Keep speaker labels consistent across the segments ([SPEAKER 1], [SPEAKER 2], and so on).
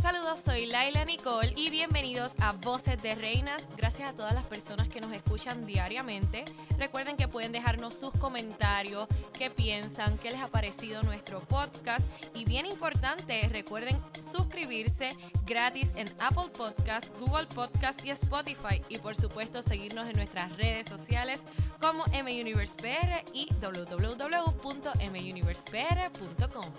[SPEAKER 1] Saludos, soy Laila Nicole y bienvenidos a Voces de Reinas. Gracias a todas las personas que nos escuchan diariamente. Recuerden que pueden dejarnos sus comentarios, qué piensan, qué les ha parecido nuestro podcast. Y bien importante, recuerden suscribirse gratis en Apple Podcast, Google Podcast y Spotify. Y por supuesto, seguirnos en nuestras redes sociales como MUniversePR y www.muniversepr.com.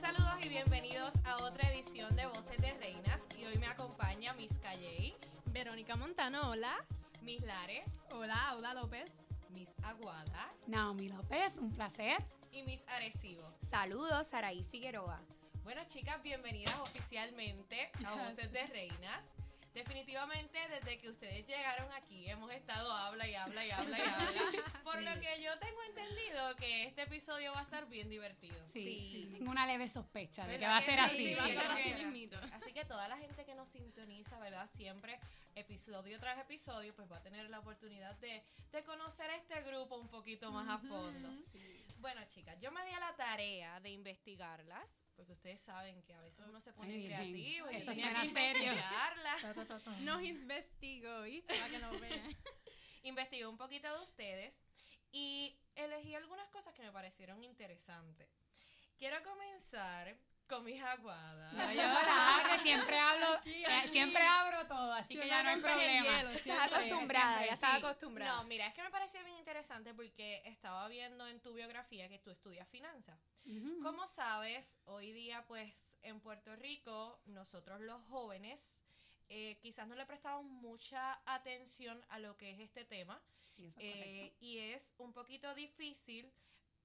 [SPEAKER 1] Saludos y bienvenidos a otra edición de Voces de Reinas. Y hoy me acompaña Miss Calle,
[SPEAKER 2] Verónica Montano, hola.
[SPEAKER 1] Miss Lares,
[SPEAKER 2] Hola, Auda López.
[SPEAKER 1] Miss Aguada
[SPEAKER 2] Naomi López, un placer.
[SPEAKER 1] y Miss Arecibo.
[SPEAKER 3] Saludos, Saraí Figueroa.
[SPEAKER 1] Bueno, chicas, bienvenidas oficialmente a Voces de Reinas. Definitivamente, desde que ustedes llegaron aquí, hemos estado habla y habla y habla y habla. Por lo que yo tengo entendido que este episodio va a estar bien divertido.
[SPEAKER 2] Sí,
[SPEAKER 3] Sí.
[SPEAKER 2] sí, tengo una leve sospecha de que
[SPEAKER 1] ¿Verdad
[SPEAKER 2] va a
[SPEAKER 1] que
[SPEAKER 2] ser
[SPEAKER 1] sí?
[SPEAKER 2] así.
[SPEAKER 1] Sí,
[SPEAKER 2] Sí,
[SPEAKER 1] va a ser
[SPEAKER 2] sí.
[SPEAKER 1] así mismito. Así que toda la gente que nos sintoniza, ¿verdad? Siempre, episodio tras episodio, pues va a tener la oportunidad de, de conocer a este grupo un poquito más a fondo. Bueno, chicas, yo me di a la tarea de investigarlas, porque ustedes saben que a veces uno se pone
[SPEAKER 2] Ay, Virgen,
[SPEAKER 1] creativo y
[SPEAKER 2] eso
[SPEAKER 1] tiene
[SPEAKER 2] suena
[SPEAKER 1] que
[SPEAKER 2] serio.
[SPEAKER 1] investigarlas.
[SPEAKER 2] Nos investigó, ¿viste? Para que nos vean.
[SPEAKER 1] Investigué un poquito de ustedes y elegí algunas cosas que me parecieron interesantes. Quiero comenzar con mis aguadas.
[SPEAKER 2] No llora, que siempre hablo, eh, siempre abro todo, así que ya no hay problema.
[SPEAKER 3] Estás acostumbrada, ya estás
[SPEAKER 1] No,
[SPEAKER 3] acostumbrada.
[SPEAKER 1] mira, es que me pareció bien interesante porque estaba viendo en tu biografía que tú estudias finanzas.
[SPEAKER 2] Ujú.
[SPEAKER 1] Como sabes, hoy día, pues, en Puerto Rico, nosotros los jóvenes eh, quizás no le prestamos mucha atención a lo que es este tema
[SPEAKER 2] Sí, eso es correcto.
[SPEAKER 1] eh, y es un poquito difícil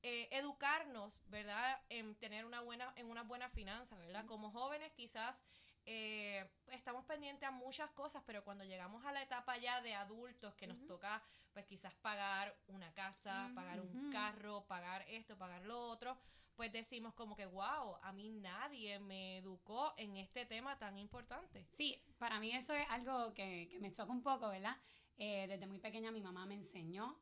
[SPEAKER 1] eh, educarnos, ¿verdad? En tener una buena, en una buena finanza, ¿verdad? Como jóvenes quizás eh, estamos pendientes a muchas cosas, pero cuando llegamos a la etapa ya de adultos que nos
[SPEAKER 3] Ujú.
[SPEAKER 1] toca, pues quizás pagar una casa, pagar un
[SPEAKER 2] Ujú.
[SPEAKER 1] carro, pagar esto, pagar lo otro, pues decimos como que, wow, a mí nadie me educó en este tema tan importante.
[SPEAKER 2] Sí, para mí eso es algo que, que me choca un poco, ¿verdad? Eh, desde muy pequeña mi mamá me enseñó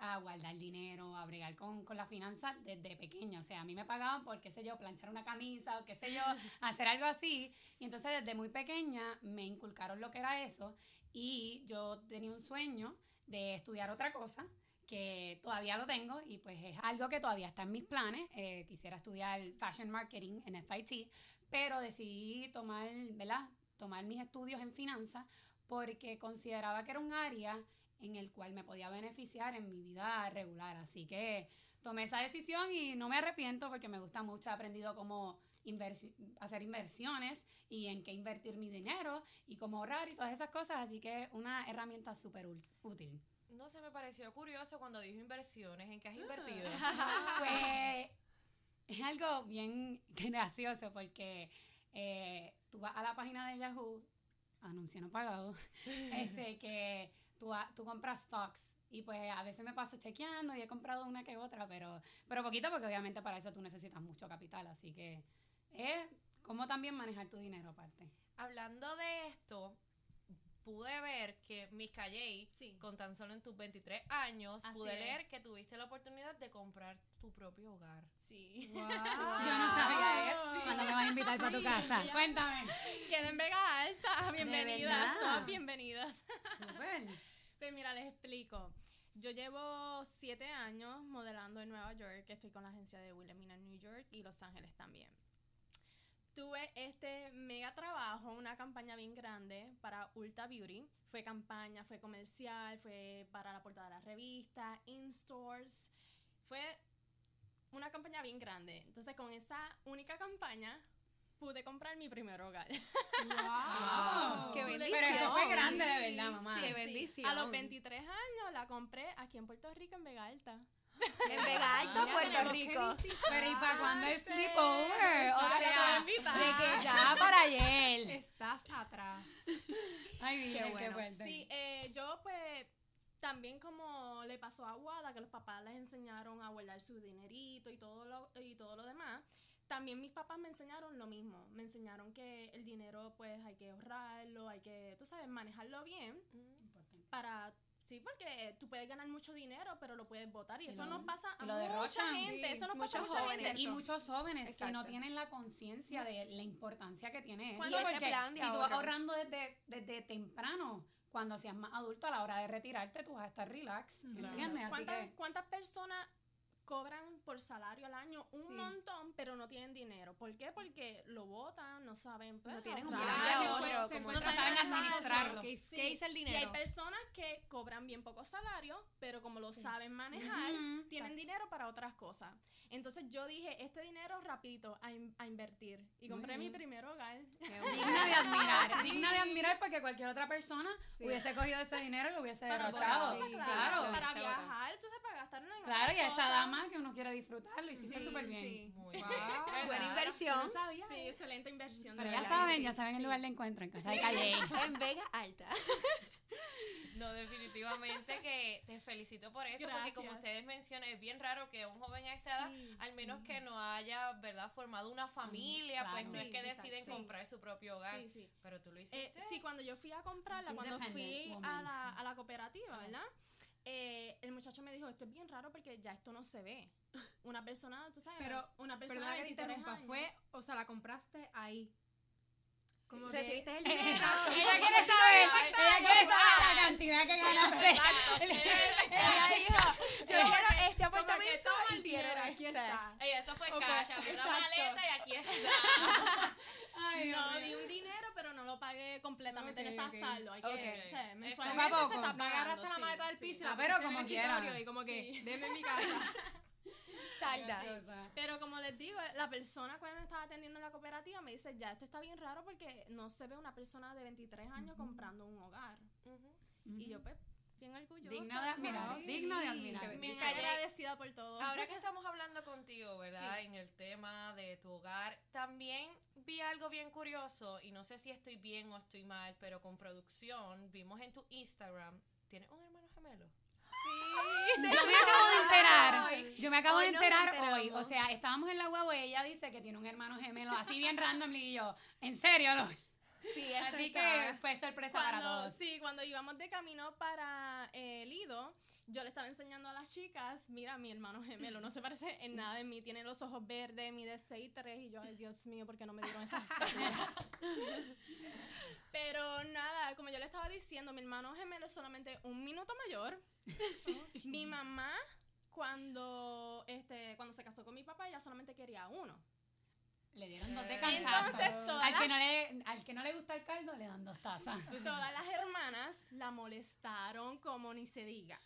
[SPEAKER 2] a guardar dinero, a bregar con, con las finanzas desde pequeña. O sea, a mí me pagaban por, qué sé yo, planchar una camisa o qué sé yo, hacer algo así. Y entonces desde muy pequeña me inculcaron lo que era eso y yo tenía un sueño de estudiar otra cosa que todavía lo tengo y pues es algo que todavía está en mis planes. Eh, quisiera estudiar Fashion Marketing en FIT, pero decidí tomar, ¿verdad? Tomar mis estudios en finanzas porque consideraba que era un área en el cual me podía beneficiar en mi vida regular. Así que tomé esa decisión y no me arrepiento porque me gusta mucho. He aprendido cómo inversi- hacer inversiones y en qué invertir mi dinero y cómo ahorrar y todas esas cosas. Así que es una herramienta súper ul- útil.
[SPEAKER 1] No se me pareció curioso cuando dijo inversiones, ¿en qué has invertido?
[SPEAKER 2] Pues es algo bien gracioso porque eh, tú vas a la página de Yahoo, anuncio no pagado, este, que tú, ha- tú compras stocks. Y pues a veces me paso chequeando y he comprado una que otra, pero, pero poquito porque obviamente para eso tú necesitas mucho capital. Así que es como también manejar tu dinero aparte.
[SPEAKER 1] Hablando de esto, pude ver que Miss Calle,
[SPEAKER 4] Sí.
[SPEAKER 1] con tan solo en tus 23 años,
[SPEAKER 4] Así
[SPEAKER 1] pude
[SPEAKER 4] es.
[SPEAKER 1] leer que tuviste la oportunidad de comprar tu propio hogar.
[SPEAKER 4] Sí.
[SPEAKER 2] Yo no sabía eso. ¿Cuándo me vas a invitar para tu
[SPEAKER 4] Sí,
[SPEAKER 2] casa?
[SPEAKER 4] ya.
[SPEAKER 2] Cuéntame.
[SPEAKER 4] Queden Vega Alta.
[SPEAKER 2] verdad.
[SPEAKER 4] Bienvenidas, todas bienvenidas.
[SPEAKER 2] Súper.
[SPEAKER 4] Pues mira, les explico. Yo llevo siete años modelando en Nueva York. Estoy con la agencia de Wilhelmina en New York y Los Ángeles también. Tuve este mega trabajo, una campaña bien grande para Ulta Beauty. Fue campaña, fue comercial, fue para la portada de la revista, in-stores. Fue una campaña bien grande. Entonces, con esa única campaña, pude comprar mi primer hogar.
[SPEAKER 3] Wow.
[SPEAKER 2] ¡Qué
[SPEAKER 3] ¡Qué
[SPEAKER 2] bendición! Pero eso fue
[SPEAKER 3] bendición!
[SPEAKER 2] grande de verdad, mamá.
[SPEAKER 3] Ah, ¡Qué bendición!
[SPEAKER 4] A los 23 años la compré aquí en Puerto Rico, en Vega Alta.
[SPEAKER 3] En Vega Alta,
[SPEAKER 2] Ah, Mira,
[SPEAKER 3] Puerto
[SPEAKER 2] tenemos
[SPEAKER 3] Rico.
[SPEAKER 2] Pero ¿y para cuándo el
[SPEAKER 4] Antes.
[SPEAKER 2] sleepover? O
[SPEAKER 4] Ahora te voy a
[SPEAKER 2] sea, de
[SPEAKER 4] invitar.
[SPEAKER 2] que ya para ayer.
[SPEAKER 5] Estás atrás.
[SPEAKER 2] Ay,
[SPEAKER 4] Qué
[SPEAKER 2] Virgen, qué,
[SPEAKER 4] bueno.
[SPEAKER 2] fuerte.
[SPEAKER 4] Sí, eh, yo pues también como le pasó a Wada, que los papás les enseñaron a guardar su dinerito y todo lo, y todo lo demás, también mis papás me enseñaron lo mismo. Me enseñaron que el
[SPEAKER 3] Mm.
[SPEAKER 4] dinero pues hay que ahorrarlo, hay que, tú sabes, manejarlo bien para Sí, porque eh, tú puedes ganar mucho dinero, pero lo puedes votar. Y
[SPEAKER 2] Y
[SPEAKER 4] eso
[SPEAKER 2] lo-
[SPEAKER 4] nos pasa a
[SPEAKER 2] y lo
[SPEAKER 4] mucha
[SPEAKER 2] derrochan.
[SPEAKER 4] gente.
[SPEAKER 3] Sí,
[SPEAKER 4] eso nos pasa a
[SPEAKER 3] muchos
[SPEAKER 4] mucha
[SPEAKER 3] jóvenes.
[SPEAKER 4] gente.
[SPEAKER 2] Y muchos jóvenes que no
[SPEAKER 3] Exacto.
[SPEAKER 2] tienen la conciencia de la importancia que tiene esto.
[SPEAKER 4] Cuando ese
[SPEAKER 2] porque
[SPEAKER 3] plan de
[SPEAKER 2] si tú vas
[SPEAKER 3] ahorros.
[SPEAKER 2] ahorrando desde, desde temprano, cuando seas más adulto, a la hora de retirarte, tú vas a estar relax.
[SPEAKER 3] Claro.
[SPEAKER 2] ¿Entiendes? Así
[SPEAKER 4] ¿Cuántas,
[SPEAKER 2] que,
[SPEAKER 4] cuántas personas cobran por salario al año un
[SPEAKER 3] Sí.
[SPEAKER 4] montón, pero no tienen dinero? ¿por qué? Porque lo votan, no saben. pues,
[SPEAKER 3] No tienen un
[SPEAKER 4] ahorrar.
[SPEAKER 3] plan de
[SPEAKER 5] Ah, se
[SPEAKER 3] ahorro,
[SPEAKER 5] encuent-
[SPEAKER 3] como
[SPEAKER 5] se
[SPEAKER 3] que-
[SPEAKER 5] encuentran
[SPEAKER 2] No saben
[SPEAKER 5] con la casa,
[SPEAKER 2] administrarlo.
[SPEAKER 5] ¿Qué,
[SPEAKER 4] Sí.
[SPEAKER 5] qué hice el
[SPEAKER 4] Y hay
[SPEAKER 5] dinero?
[SPEAKER 4] personas que cobran bien poco salario, pero como lo
[SPEAKER 3] Sí.
[SPEAKER 4] saben manejar,
[SPEAKER 2] Ujú,
[SPEAKER 4] tienen dinero para otras cosas. Entonces yo dije, este dinero rapidito a, in- a invertir.
[SPEAKER 2] Muy
[SPEAKER 4] Y compré mi
[SPEAKER 2] bien.
[SPEAKER 4] primer hogar.
[SPEAKER 2] digna de admirar,
[SPEAKER 5] Sí.
[SPEAKER 2] digna de admirar porque cualquier otra persona
[SPEAKER 5] Sí.
[SPEAKER 2] hubiese cogido ese dinero y lo hubiese
[SPEAKER 4] Para
[SPEAKER 2] derrochado.
[SPEAKER 5] botar, sí, sí,
[SPEAKER 2] claro.
[SPEAKER 3] sí.
[SPEAKER 4] Para
[SPEAKER 3] se botan.
[SPEAKER 4] viajar, entonces para gastarlo en
[SPEAKER 2] Claro,
[SPEAKER 4] otras
[SPEAKER 2] y a esta
[SPEAKER 4] cosas.
[SPEAKER 2] dama que uno quiere disfrutar, lo hiciste
[SPEAKER 4] Sí,
[SPEAKER 2] súper bien.
[SPEAKER 4] sí.
[SPEAKER 5] Muy
[SPEAKER 3] Buena
[SPEAKER 5] Yo no
[SPEAKER 3] inversión
[SPEAKER 5] sabía.
[SPEAKER 4] Sí, excelente inversión.
[SPEAKER 2] Pero
[SPEAKER 4] de
[SPEAKER 2] ya
[SPEAKER 4] verdad.
[SPEAKER 2] saben,
[SPEAKER 4] Sí.
[SPEAKER 2] ya saben el lugar de encuentro, en casa de calle.
[SPEAKER 3] en Vega Alta.
[SPEAKER 1] No, definitivamente que te felicito por eso, porque como
[SPEAKER 4] Gracias.
[SPEAKER 1] ustedes mencionan, es bien raro que un joven a esta edad, al menos que no haya, ¿verdad?, formado una familia,
[SPEAKER 2] claro.
[SPEAKER 1] pues no es
[SPEAKER 4] Mm, Sí,
[SPEAKER 1] que
[SPEAKER 4] exacto.
[SPEAKER 1] deciden
[SPEAKER 4] Sí.
[SPEAKER 1] comprar su propio hogar,
[SPEAKER 4] Sí, sí.
[SPEAKER 1] pero tú lo hiciste.
[SPEAKER 4] Eh, sí, cuando yo fui a comprarla, cuando
[SPEAKER 2] Independent
[SPEAKER 4] fui a
[SPEAKER 2] woman.
[SPEAKER 4] la, a la cooperativa, ¿verdad? Eh, el muchacho me dijo, esto es bien raro porque ya esto no se ve. Una persona, tú sabes,
[SPEAKER 5] Pero,
[SPEAKER 4] una persona
[SPEAKER 5] Perdona
[SPEAKER 4] de
[SPEAKER 5] que te
[SPEAKER 4] 23
[SPEAKER 5] interrumpa,
[SPEAKER 4] años.
[SPEAKER 5] fue, o sea, la compraste ahí. Como que-
[SPEAKER 3] Recibiste el dinero.
[SPEAKER 2] Ella quiere saber, ella quiere saber la cantidad que ganaste.
[SPEAKER 1] Exacto, chévere.
[SPEAKER 3] Ella dijo, yo quiero este
[SPEAKER 5] como que
[SPEAKER 3] apartamento
[SPEAKER 5] toma
[SPEAKER 3] y quiero
[SPEAKER 5] aquí
[SPEAKER 3] este.
[SPEAKER 5] está.
[SPEAKER 1] Ella, esto fue
[SPEAKER 4] Ok,
[SPEAKER 1] cash, abrió la
[SPEAKER 4] exacto.
[SPEAKER 1] maleta y aquí está.
[SPEAKER 2] Ay, Dios
[SPEAKER 4] No,
[SPEAKER 2] mío.
[SPEAKER 4] di un dinero, pero no lo pagué completamente,
[SPEAKER 5] Ok,
[SPEAKER 4] que está
[SPEAKER 5] ok.
[SPEAKER 4] saldo. Hay que,
[SPEAKER 3] Ok.
[SPEAKER 4] o sea,
[SPEAKER 1] Eso
[SPEAKER 4] mensualmente
[SPEAKER 2] poco a
[SPEAKER 4] se
[SPEAKER 2] poco.
[SPEAKER 4] está
[SPEAKER 5] Me agarraste
[SPEAKER 4] pagando,
[SPEAKER 5] la
[SPEAKER 4] sí,
[SPEAKER 5] maleta del
[SPEAKER 4] sí.
[SPEAKER 5] piso, y la
[SPEAKER 2] Ah, Pero
[SPEAKER 5] pusiste en el
[SPEAKER 2] como quiera.
[SPEAKER 5] escritorio Y como que,
[SPEAKER 4] Sí.
[SPEAKER 5] deme mi casa.
[SPEAKER 3] Salda.
[SPEAKER 2] Graciosa.
[SPEAKER 4] Pero como les digo, la persona que me estaba atendiendo en la cooperativa me dice, ya, esto está bien raro porque no se ve una persona de 23 años
[SPEAKER 2] Ujú.
[SPEAKER 4] comprando un hogar. Y yo, pues, bien orgullosa.
[SPEAKER 2] Digno de admirar,
[SPEAKER 5] Sí.
[SPEAKER 2] digno de admirar.
[SPEAKER 4] Bien
[SPEAKER 1] Y calle-
[SPEAKER 4] agradecida por todo.
[SPEAKER 1] Ahora que estamos hablando contigo, ¿verdad? En el tema de tu hogar, también vi algo bien curioso y no sé si estoy bien o estoy mal, pero con producción vimos en tu Instagram, ¿tienes un hermano gemelo?
[SPEAKER 2] Yo me acabo de enterar.
[SPEAKER 3] Ay.
[SPEAKER 2] Yo me acabo de
[SPEAKER 3] Hoy nos
[SPEAKER 2] enterar hoy. O
[SPEAKER 3] enteramos.
[SPEAKER 2] sea, estábamos en la guagua y ella dice que tiene un hermano gemelo, así bien random, y yo, ¿en serio? Lo-
[SPEAKER 3] Sí, eso
[SPEAKER 2] Así
[SPEAKER 3] está.
[SPEAKER 2] que fue sorpresa para
[SPEAKER 4] cuando,
[SPEAKER 2] todos.
[SPEAKER 4] sí, cuando íbamos de camino para eh, Lido, yo le estaba enseñando a las chicas, mira, mi hermano gemelo no se parece en nada de mí, tiene los ojos verdes, mide 6'3", y yo, ay, Dios mío, ¿por qué no me dieron esas cosas?" Pero nada, como yo le estaba diciendo, mi hermano gemelo es solamente un minuto mayor. mi mamá, cuando, este, cuando se casó con mi papá, ella solamente quería uno.
[SPEAKER 2] Le dieron dos de
[SPEAKER 5] Entonces,
[SPEAKER 2] cantazo.
[SPEAKER 4] Entonces,
[SPEAKER 5] Al
[SPEAKER 4] todas
[SPEAKER 2] Al que,
[SPEAKER 4] las
[SPEAKER 2] no le, al que no le gusta el caldo, le dan dos tazas.
[SPEAKER 4] Todas las hermanas la molestaron como ni se diga.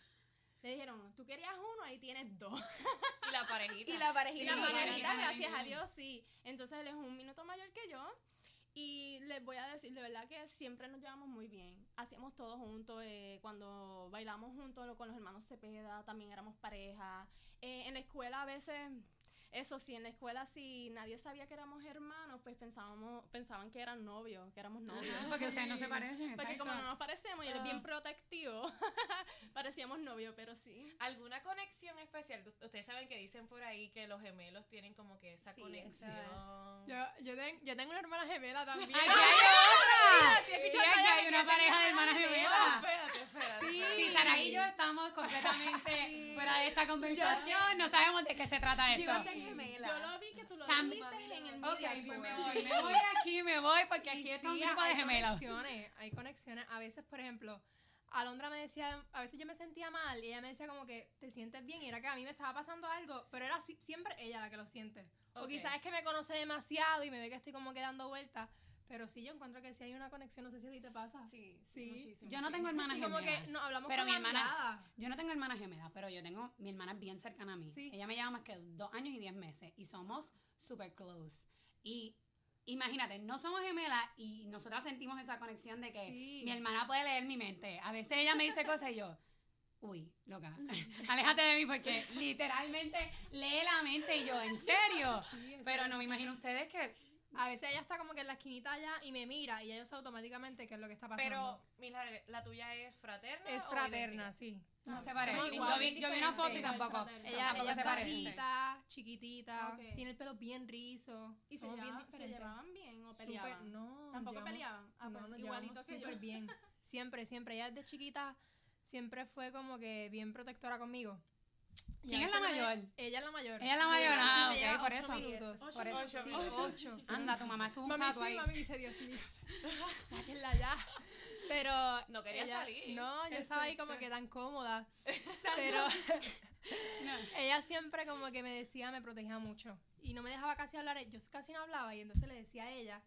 [SPEAKER 4] Le dijeron, tú querías uno, ahí tienes dos.
[SPEAKER 1] Y la parejita.
[SPEAKER 3] Y la
[SPEAKER 4] Y
[SPEAKER 3] parejita.
[SPEAKER 4] la
[SPEAKER 2] Sí,
[SPEAKER 4] mayorita,
[SPEAKER 2] sí,
[SPEAKER 4] gracias a
[SPEAKER 2] sí.
[SPEAKER 4] Dios, sí. Entonces él es un minuto mayor que yo. Y les voy a decir, de verdad que siempre nos llevamos muy bien. Hacíamos todo juntos. eh, cuando bailamos juntos lo- con los hermanos Cepeda, también éramos pareja. Eh, en la escuela a veces, eso sí, en la escuela si nadie sabía que éramos hermanos, pues pensábamos, pensaban que eran novios, que éramos novios.
[SPEAKER 2] Ah, Porque ustedes no se parecen.
[SPEAKER 4] Porque
[SPEAKER 2] exacto.
[SPEAKER 4] como no nos parecemos y él es bien
[SPEAKER 2] Ah.
[SPEAKER 4] protectivo, parecíamos novios, pero sí.
[SPEAKER 1] ¿Alguna conexión especial? Ust- Ustedes saben que dicen por ahí que los gemelos tienen como que esa
[SPEAKER 3] Sí,
[SPEAKER 1] conexión.
[SPEAKER 5] Yo, yo, ten- yo tengo una hermana gemela también.
[SPEAKER 2] Aquí hay otra. Sí, aquí hay una pareja de hermanas
[SPEAKER 1] Ah,
[SPEAKER 2] gemelas.
[SPEAKER 1] espérate, espérate.
[SPEAKER 5] Sí.
[SPEAKER 2] Sí, Sara y yo estamos completamente
[SPEAKER 5] Sí.
[SPEAKER 2] fuera de esta conversación. No sabemos de qué se trata
[SPEAKER 3] Yo iba a
[SPEAKER 2] esto.
[SPEAKER 3] ser gemela.
[SPEAKER 4] Yo lo vi que tú lo
[SPEAKER 2] También-
[SPEAKER 4] dijiste en el
[SPEAKER 2] Ok,
[SPEAKER 4] video.
[SPEAKER 2] pues me
[SPEAKER 4] George.
[SPEAKER 2] voy, me voy de aquí, me voy, porque
[SPEAKER 5] Y
[SPEAKER 2] aquí está un
[SPEAKER 5] sí,
[SPEAKER 2] grupo de
[SPEAKER 5] hay
[SPEAKER 2] gemelos.
[SPEAKER 5] Conexiones, hay conexiones. A veces, por ejemplo, Alondra me decía, a veces yo me sentía mal y ella me decía como que te sientes bien y era que a mí me estaba pasando algo, pero era si- siempre ella la que lo siente. O
[SPEAKER 1] Ok.
[SPEAKER 5] quizás es que me conoce demasiado y me ve que estoy como que dando vueltas, pero sí yo encuentro que sí hay una conexión, no sé si a ti te pasa.
[SPEAKER 4] Sí,
[SPEAKER 5] Sí.
[SPEAKER 4] muchísimo,
[SPEAKER 2] Yo no
[SPEAKER 4] sí.
[SPEAKER 2] tengo hermanas
[SPEAKER 5] Y como
[SPEAKER 2] gemelas.
[SPEAKER 5] que no hablamos
[SPEAKER 2] Pero
[SPEAKER 5] con
[SPEAKER 2] mi
[SPEAKER 5] la
[SPEAKER 2] hermana-
[SPEAKER 5] mirada.
[SPEAKER 2] Yo no tengo hermanas gemelas, pero yo tengo mi hermana es bien cercana a mí.
[SPEAKER 5] Sí.
[SPEAKER 2] Ella me lleva más que dos años y diez meses y somos super close. Y imagínate, no somos gemelas y nosotras sentimos esa conexión de que
[SPEAKER 5] Sí.
[SPEAKER 2] mi hermana puede leer mi mente. A veces ella me dice cosas y yo, uy, loca, aléjate de mí porque literalmente lee la mente y yo, ¿en serio?
[SPEAKER 5] Sí, eso
[SPEAKER 2] Pero
[SPEAKER 5] es.
[SPEAKER 2] no me imagino ustedes que
[SPEAKER 5] A veces ella está como que en la esquinita allá y me mira y ella sabe automáticamente qué es lo que está
[SPEAKER 1] Pero,
[SPEAKER 5] pasando.
[SPEAKER 1] mira, la tuya es fraterna.
[SPEAKER 5] es
[SPEAKER 1] o
[SPEAKER 5] fraterna, sí.
[SPEAKER 2] no se
[SPEAKER 5] Somos
[SPEAKER 2] parecen.
[SPEAKER 5] igual,
[SPEAKER 2] Yo vi,
[SPEAKER 5] bien
[SPEAKER 2] yo vi una
[SPEAKER 5] diferentes.
[SPEAKER 2] foto y tampoco.
[SPEAKER 4] Igual
[SPEAKER 5] Ella,
[SPEAKER 2] tampoco
[SPEAKER 5] ella
[SPEAKER 2] se
[SPEAKER 5] es
[SPEAKER 2] parece.
[SPEAKER 5] bajita, chiquitita,
[SPEAKER 4] Ok.
[SPEAKER 5] tiene el pelo bien rizo.
[SPEAKER 4] ¿Y se
[SPEAKER 5] somos bien
[SPEAKER 4] llevaban, se
[SPEAKER 5] diferentes.
[SPEAKER 4] llevaban bien o
[SPEAKER 5] Súper-
[SPEAKER 4] peleaban?
[SPEAKER 5] no,
[SPEAKER 4] Tampoco
[SPEAKER 5] llevamos-
[SPEAKER 4] peleaban. Ah,
[SPEAKER 5] no,
[SPEAKER 4] pues,
[SPEAKER 5] nos
[SPEAKER 4] igualito
[SPEAKER 5] llevamos
[SPEAKER 4] que yo.
[SPEAKER 5] súper bien. Siempre, siempre. Ella desde chiquita siempre fue como que bien protectora conmigo. Y
[SPEAKER 2] ¿Quién
[SPEAKER 5] a
[SPEAKER 2] es la
[SPEAKER 5] veces no me-
[SPEAKER 2] mayor?
[SPEAKER 5] Ella es la mayor.
[SPEAKER 2] Ella es la mayor,
[SPEAKER 5] Ella
[SPEAKER 2] ah,
[SPEAKER 5] sí me
[SPEAKER 2] ok,
[SPEAKER 5] lleva
[SPEAKER 2] por
[SPEAKER 5] ocho
[SPEAKER 2] eso.
[SPEAKER 5] minutos.
[SPEAKER 4] Ocho,
[SPEAKER 2] Por eso.
[SPEAKER 4] ocho,
[SPEAKER 5] Sí,
[SPEAKER 4] ocho.
[SPEAKER 5] ocho.
[SPEAKER 2] Anda, tu mamá estuvo un
[SPEAKER 5] Mami,
[SPEAKER 2] rato
[SPEAKER 5] sí,
[SPEAKER 2] ahí.
[SPEAKER 5] mami dice, Dios mío, sáquenla ya. Pero.
[SPEAKER 1] No quería
[SPEAKER 5] ella-
[SPEAKER 1] salir.
[SPEAKER 5] No, yo estaba ahí como
[SPEAKER 4] Exacto.
[SPEAKER 5] que tan cómoda. pero
[SPEAKER 2] No.
[SPEAKER 5] ella siempre como que me decía, me protegía mucho. Y no me dejaba casi hablar. eh, Yo casi no hablaba y entonces le decía a ella.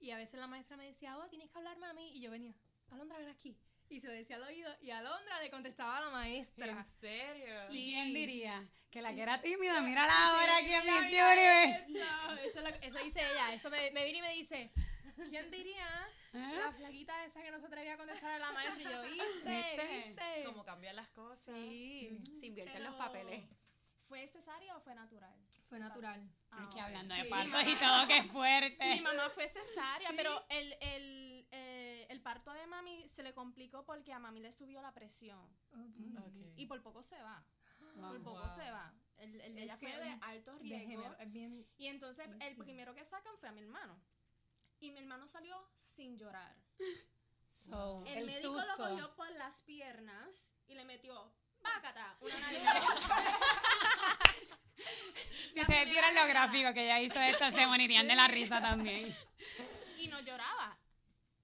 [SPEAKER 5] Y a veces la maestra me decía, oh, tienes que hablar, mami. Y yo venía, Alondra, ven aquí. Y se lo decía al oído. Y Alondra le contestaba a la maestra.
[SPEAKER 1] ¿En serio?
[SPEAKER 2] ¿Y ¿Quién diría? Que la que era tímida, mírala ahora aquí en Miss Universe.
[SPEAKER 5] No, eso, es lo- eso dice ella. Eso me, me viene y me dice, ¿quién diría?
[SPEAKER 2] ¿Eh?
[SPEAKER 5] La flaquita esa que no se atrevía a contestar a la maestra y yo, ¿viste?
[SPEAKER 2] ¿Viste?
[SPEAKER 5] ¿Viste?
[SPEAKER 1] Como cambian las cosas.
[SPEAKER 5] Sí. Mm-hmm.
[SPEAKER 3] Se invierten
[SPEAKER 4] Pero-
[SPEAKER 3] los papeles.
[SPEAKER 4] ¿Fue cesárea o fue natural?
[SPEAKER 5] Fue natural.
[SPEAKER 4] Ah,
[SPEAKER 2] Aquí
[SPEAKER 4] ok.
[SPEAKER 2] hablando de
[SPEAKER 5] Sí.
[SPEAKER 2] partos y todo, qué
[SPEAKER 4] Mi
[SPEAKER 2] fuerte.
[SPEAKER 4] mamá fue cesárea,
[SPEAKER 5] Sí.
[SPEAKER 4] pero el, el, eh, el parto de mami se le complicó porque a mami le subió la presión y por poco se va. Por
[SPEAKER 2] Oh, Wow.
[SPEAKER 4] poco
[SPEAKER 1] Wow.
[SPEAKER 4] se va. El, el de
[SPEAKER 5] Es
[SPEAKER 4] ella fue
[SPEAKER 5] que,
[SPEAKER 4] de
[SPEAKER 5] um,
[SPEAKER 4] alto
[SPEAKER 5] De
[SPEAKER 4] riesgo.
[SPEAKER 5] gemelo, es bien...
[SPEAKER 4] Y entonces
[SPEAKER 5] Sí,
[SPEAKER 4] el
[SPEAKER 5] sí.
[SPEAKER 4] primero que sacan fue a mi hermano. Y mi hermano salió sin llorar.
[SPEAKER 2] So,
[SPEAKER 4] El,
[SPEAKER 2] el
[SPEAKER 4] médico lo
[SPEAKER 2] susto.
[SPEAKER 4] cogió por las piernas y le metió ¡Bácata! Una nariz.
[SPEAKER 2] Si ustedes vieran los gráficos que ella hizo esto, se morirían de la risa también.
[SPEAKER 4] y no lloraba.